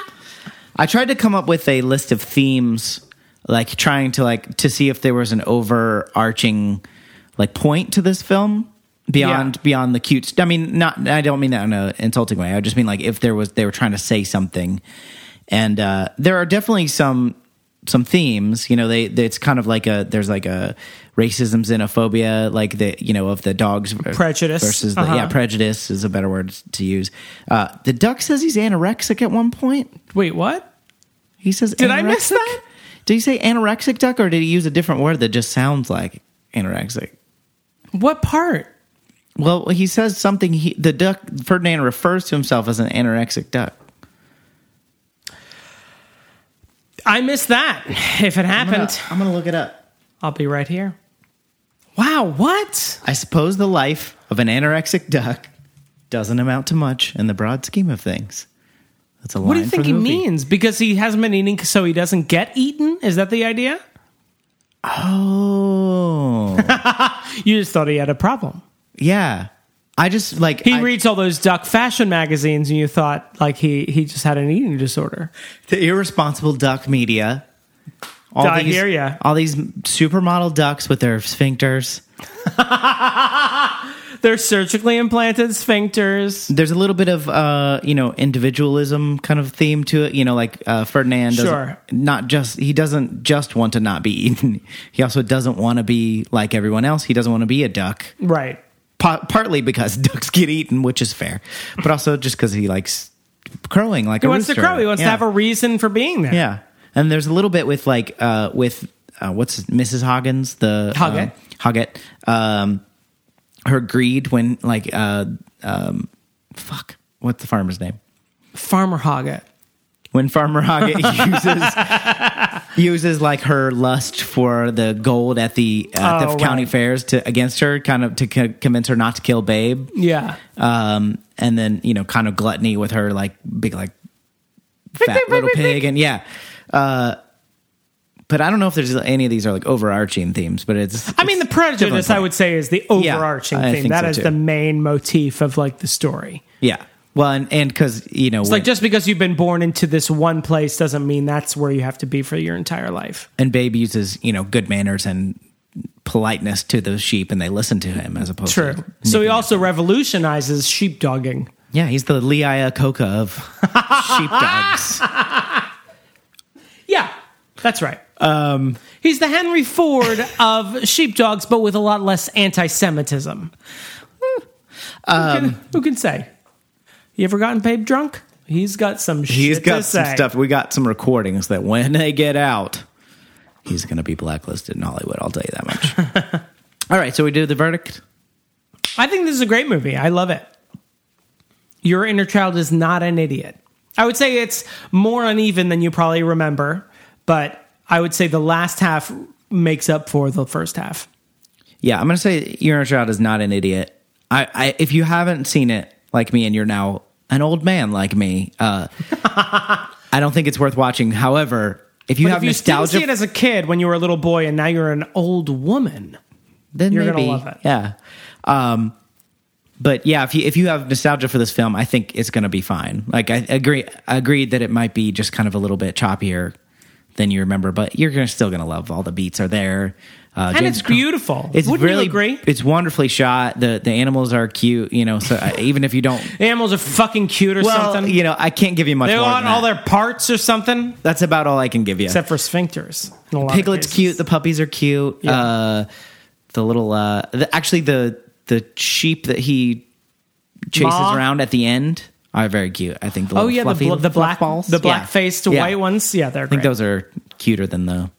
Speaker 1: I tried to come up with a list of themes, like trying to like to see if there was an overarching like point to this film beyond
Speaker 2: Yeah.
Speaker 1: beyond the cute. I mean, not I don't mean that in an insulting way. I just mean like if there was they were trying to say something, and uh, there are definitely some some themes. You know, they, they it's kind of like a there's like a racism, xenophobia, like the you know of the dogs ver-
Speaker 2: Prejudice.
Speaker 1: versus the, yeah
Speaker 2: Uh-huh.
Speaker 1: prejudice is a better word to use. Uh, the duck says he's anorexic at one point.
Speaker 2: Wait, what?
Speaker 1: He says,
Speaker 2: Did I miss
Speaker 1: anorexic?
Speaker 2: that?
Speaker 1: Did he say anorexic duck, or did he use a different word that just sounds like anorexic?
Speaker 2: What part?
Speaker 1: Well, he says something. He, the duck Ferdinand refers to himself as an anorexic duck.
Speaker 2: I missed that. (laughs) If it
Speaker 1: I'm gonna,
Speaker 2: happened,
Speaker 1: I'm gonna look it up.
Speaker 2: I'll be right here. Wow, what?
Speaker 1: I suppose the life of an anorexic duck doesn't amount to much in the broad scheme of things. That's a line
Speaker 2: What do you
Speaker 1: from
Speaker 2: think he
Speaker 1: the movie.
Speaker 2: means? Because he hasn't been eating, so he doesn't get eaten? Is that the idea?
Speaker 1: Oh, (laughs)
Speaker 2: You just thought he had a problem.
Speaker 1: yeah. I just like
Speaker 2: He
Speaker 1: I-
Speaker 2: reads all those duck fashion magazines, and you thought like he he just had an eating disorder.
Speaker 1: the irresponsible duck media. All
Speaker 2: I hear ya.
Speaker 1: All these supermodel ducks with their sphincters.
Speaker 2: They're surgically implanted sphincters.
Speaker 1: There's a little bit of uh, you know individualism kind of theme to it. You know, like uh, Ferdinand. doesn't-
Speaker 2: Sure.
Speaker 1: Not just he doesn't just want to not be eaten. (laughs) He also doesn't want to be like everyone else. He doesn't want to be a duck.
Speaker 2: Right.
Speaker 1: Pa- partly because (laughs) ducks get eaten, which is fair, but also just because he likes crowing like
Speaker 2: He
Speaker 1: a
Speaker 2: wants to
Speaker 1: rooster.
Speaker 2: crow. He wants to
Speaker 1: Yeah.
Speaker 2: have a reason for being there.
Speaker 1: Yeah, and there's a little bit with like uh, with uh, what's Mrs. Hoggins the
Speaker 2: Hoggett.
Speaker 1: um, Hoggett, um, her greed when like uh, um, fuck, what's the farmer's name?
Speaker 2: Farmer Hoggett.
Speaker 1: When Farmer Hoggett (laughs) uses uses like her lust for the gold at the uh, at the
Speaker 2: Oh,
Speaker 1: county
Speaker 2: right.
Speaker 1: fairs to against her, kind of to co- convince her not to kill Babe
Speaker 2: Yeah.
Speaker 1: um, and then you know kind of gluttony with her like big like fat
Speaker 2: pick,
Speaker 1: little
Speaker 2: pick, pick.
Speaker 1: pig and yeah uh, but i don't know if there's any of these are like overarching themes but it's
Speaker 2: I mean, the prejudice,
Speaker 1: different
Speaker 2: I would say, is the overarching
Speaker 1: I
Speaker 2: theme.
Speaker 1: think
Speaker 2: That
Speaker 1: so,
Speaker 2: is
Speaker 1: too.
Speaker 2: the main motif of like the story.
Speaker 1: yeah well and and because you know
Speaker 2: It's
Speaker 1: when-
Speaker 2: like just because you've been born into this one place doesn't mean that's where you have to be for your entire life.
Speaker 1: and babe uses you know good manners and politeness to the sheep and they listen to him as opposed to
Speaker 2: So he also revolutionizes sheepdogging.
Speaker 1: yeah he's the lee iacocca
Speaker 2: (laughs)
Speaker 1: of sheepdogs
Speaker 2: Yeah, that's right. Um, He's the
Speaker 1: (laughs)
Speaker 2: Henry Ford of sheepdogs, but with a lot less anti-Semitism.
Speaker 1: Hmm.
Speaker 2: who,
Speaker 1: Um,
Speaker 2: can, who can say? You ever gotten paid drunk? He's got some.
Speaker 1: He's
Speaker 2: shit
Speaker 1: got
Speaker 2: to
Speaker 1: some
Speaker 2: say.
Speaker 1: stuff. We got some recordings that when they get out, he's going to be blacklisted in Hollywood. I'll tell you that much.
Speaker 2: (laughs)
Speaker 1: All right, so we do the verdict.
Speaker 2: I think this is a great movie. I love it. Your inner child is not an idiot. I would say it's more uneven than you probably remember, but I would say the last half makes up for the first half.
Speaker 1: Yeah, I'm going to say your inner child is not an idiot. I, I if you haven't seen it like me, and you're now an old man like me,
Speaker 2: (laughs)
Speaker 1: uh, I don't think it's worth watching. However, if you
Speaker 2: But
Speaker 1: have
Speaker 2: if you still
Speaker 1: nostalgia,
Speaker 2: see it as a kid when you were a little boy and now you're an old woman,
Speaker 1: then
Speaker 2: You're gonna
Speaker 1: maybe,
Speaker 2: love it.
Speaker 1: Yeah. Um, but yeah, if you if you have nostalgia for this film, I think it's going to be fine. Like I agree, I agreed that it might be just kind of a little bit choppier than you remember, but you're gonna, still going to love. All the beats are there, uh,
Speaker 2: and
Speaker 1: James
Speaker 2: it's
Speaker 1: Crum-
Speaker 2: beautiful.
Speaker 1: It's
Speaker 2: Wouldn't
Speaker 1: really
Speaker 2: you agree?
Speaker 1: It's wonderfully shot. the The animals are cute, you know. So I, even if you don't,
Speaker 2: Animals are fucking cute or
Speaker 1: well,
Speaker 2: (laughs) something.
Speaker 1: you know, I can't give you much.
Speaker 2: they
Speaker 1: more
Speaker 2: want
Speaker 1: than
Speaker 2: all
Speaker 1: that.
Speaker 2: their parts or something,
Speaker 1: That's about all I can give you.
Speaker 2: except for sphincters. in a lot of
Speaker 1: Piglet's
Speaker 2: cases.
Speaker 1: cute. The puppies are cute. Uh, the little, uh, the, actually, the the sheep that he chases
Speaker 2: Ma?
Speaker 1: around at the end are very cute. I think. The
Speaker 2: Oh
Speaker 1: little
Speaker 2: yeah,
Speaker 1: fluffy
Speaker 2: the, bl- the
Speaker 1: fluff
Speaker 2: black
Speaker 1: balls.
Speaker 2: the
Speaker 1: Yeah.
Speaker 2: black faced
Speaker 1: Yeah.
Speaker 2: white ones. Yeah, they're
Speaker 1: I think
Speaker 2: great.
Speaker 1: those are cuter than the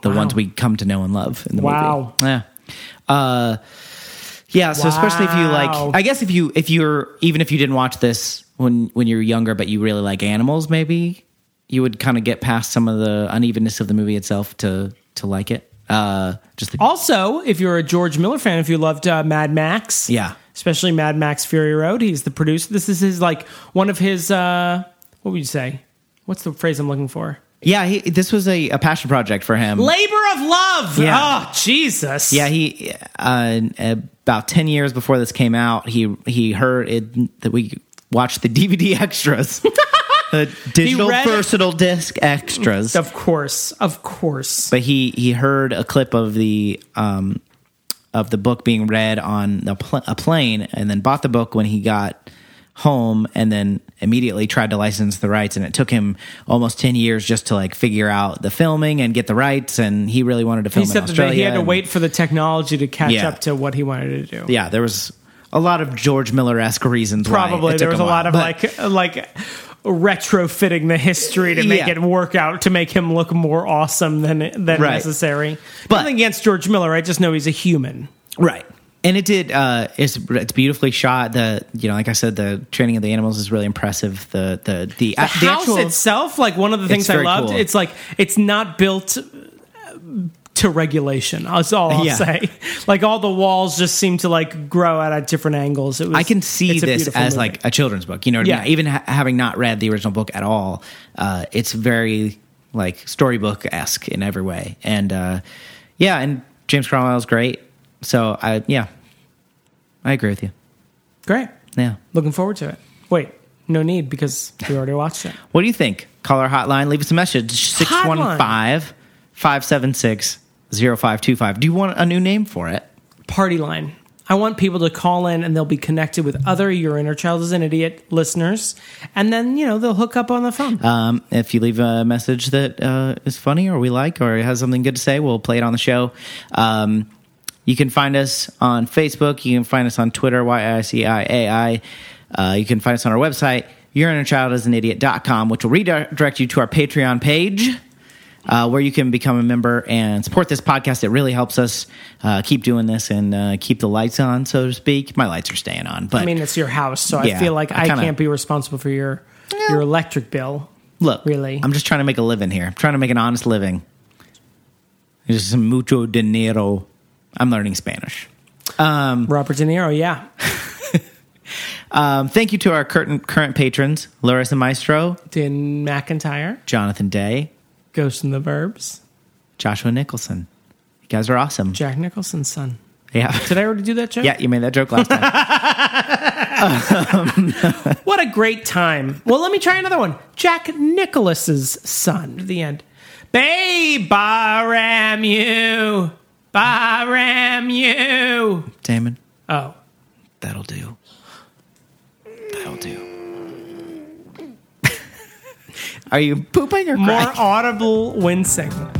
Speaker 1: the ones we come to know and love in the
Speaker 2: Wow.
Speaker 1: movie. Yeah. Uh, yeah. So especially if you
Speaker 2: Wow.
Speaker 1: like, I guess if you if you're even if you didn't watch this when when you're younger, but you really like animals, maybe you would kind of get past some of the unevenness of the movie itself to to like it. Uh, just
Speaker 2: Oh.
Speaker 1: the,
Speaker 2: Also, if you're a George Miller fan, if you loved uh, Mad Max,
Speaker 1: Yeah.
Speaker 2: especially Mad Max Fury Road, he's the producer. This is his like one of his uh, what would you say? What's the phrase I'm looking for?
Speaker 1: yeah. He, this was a, a passion project for him.
Speaker 2: Labor of love.
Speaker 1: Yeah.
Speaker 2: Oh Jesus.
Speaker 1: Yeah, he uh, about ten years before this came out, he he heard it that we watched the (laughs) DVD
Speaker 2: (laughs)
Speaker 1: extras, the digital
Speaker 2: read it.
Speaker 1: versatile disc extras.
Speaker 2: Of course, of course.
Speaker 1: But he he heard a clip of the um of the book being read on a, pl- a plane, and then bought the book when he got home, and then immediately tried to license the rights, and it took him almost ten years just to like figure out the filming and get the rights, and he really wanted to film
Speaker 2: He
Speaker 1: in
Speaker 2: said that
Speaker 1: Australia.
Speaker 2: he had to
Speaker 1: and-
Speaker 2: wait for the technology to catch
Speaker 1: Yeah.
Speaker 2: up to what he wanted to do.
Speaker 1: yeah, there was a lot of George Miller esque reasons. why it
Speaker 2: Probably
Speaker 1: took
Speaker 2: there was a
Speaker 1: him
Speaker 2: lot of
Speaker 1: but
Speaker 2: like like retrofitting the history to make
Speaker 1: Yeah.
Speaker 2: it work out to make him look more awesome than than
Speaker 1: Right.
Speaker 2: necessary.
Speaker 1: But-
Speaker 2: Nothing against George Miller, I just know he's a human.
Speaker 1: right, and it did. Uh, it's it's beautifully shot. The you know, like I said, the training of the animals is really impressive. The the the, uh, the,
Speaker 2: the house itself, like one of the things I
Speaker 1: very
Speaker 2: loved,
Speaker 1: cool.
Speaker 2: it's like it's not built uh, to regulation. That's all I'll
Speaker 1: Yeah.
Speaker 2: say. (laughs) Like all the walls just seem to like grow out at different angles. It was,
Speaker 1: I can see
Speaker 2: it's a
Speaker 1: this
Speaker 2: beautiful
Speaker 1: as
Speaker 2: movie.
Speaker 1: like a children's book. You know what
Speaker 2: Yeah.
Speaker 1: I mean? Even ha- having not read the original book at all, uh, it's very like storybook esque in every way. And uh, yeah, and James Cromwell's great. So I yeah, I agree with you.
Speaker 2: great.
Speaker 1: Yeah.
Speaker 2: Looking forward to it. Wait, no need because we already watched it.
Speaker 1: What do you think? Call our hotline, leave us a message 615 576 0525. Do you want a new name for it?
Speaker 2: Party line. I want people to call in and they'll be connected with other Your Inner Child is an Idiot listeners. And then, you know, they'll hook up on the phone.
Speaker 1: Um, if you leave a message that uh, is funny or we like or has something good to say, we'll play it on the show. Um, you can find us on Facebook. You can find us on Twitter, Y-I-C-I-A-I. Uh, you can find us on our website, yourinnerchildisanidiot.com, which will redirect you to our Patreon page. Uh, where you can become a member and support this podcast. It really helps us uh, keep doing this and uh, keep the lights on, so to speak. My lights are staying on, but
Speaker 2: I mean, it's your house, so I
Speaker 1: Uh, Yeah,
Speaker 2: feel like
Speaker 1: I
Speaker 2: I,
Speaker 1: kinda-
Speaker 2: can't be responsible for your your electric bill.
Speaker 1: Look,
Speaker 2: Really?
Speaker 1: I'm just trying to make a living here. I'm trying to make an honest living. This is mucho dinero. I'm learning Spanish.
Speaker 2: Robert De Niro, yeah.
Speaker 1: Um, thank you to our current, current patrons, Loris and Maestro,
Speaker 2: Dan McIntyre,
Speaker 1: Jonathan Day,
Speaker 2: Ghost in the Verbs,
Speaker 1: Joshua Nicholson. You guys are awesome.
Speaker 2: Jack Nicholson's son. (laughs)
Speaker 1: Yeah.
Speaker 2: Did I already do that joke?
Speaker 1: Yeah, you made that joke last
Speaker 2: (laughs)
Speaker 1: time.
Speaker 2: What a great time. Well, let me try another one. Jack Nicholas's son. The end. Babe, I ram you. I ram you.
Speaker 1: Damon,
Speaker 2: Oh.
Speaker 1: that'll do. That'll do. (laughs) Are you pooping or
Speaker 2: More
Speaker 1: crying?
Speaker 2: audible wind segment.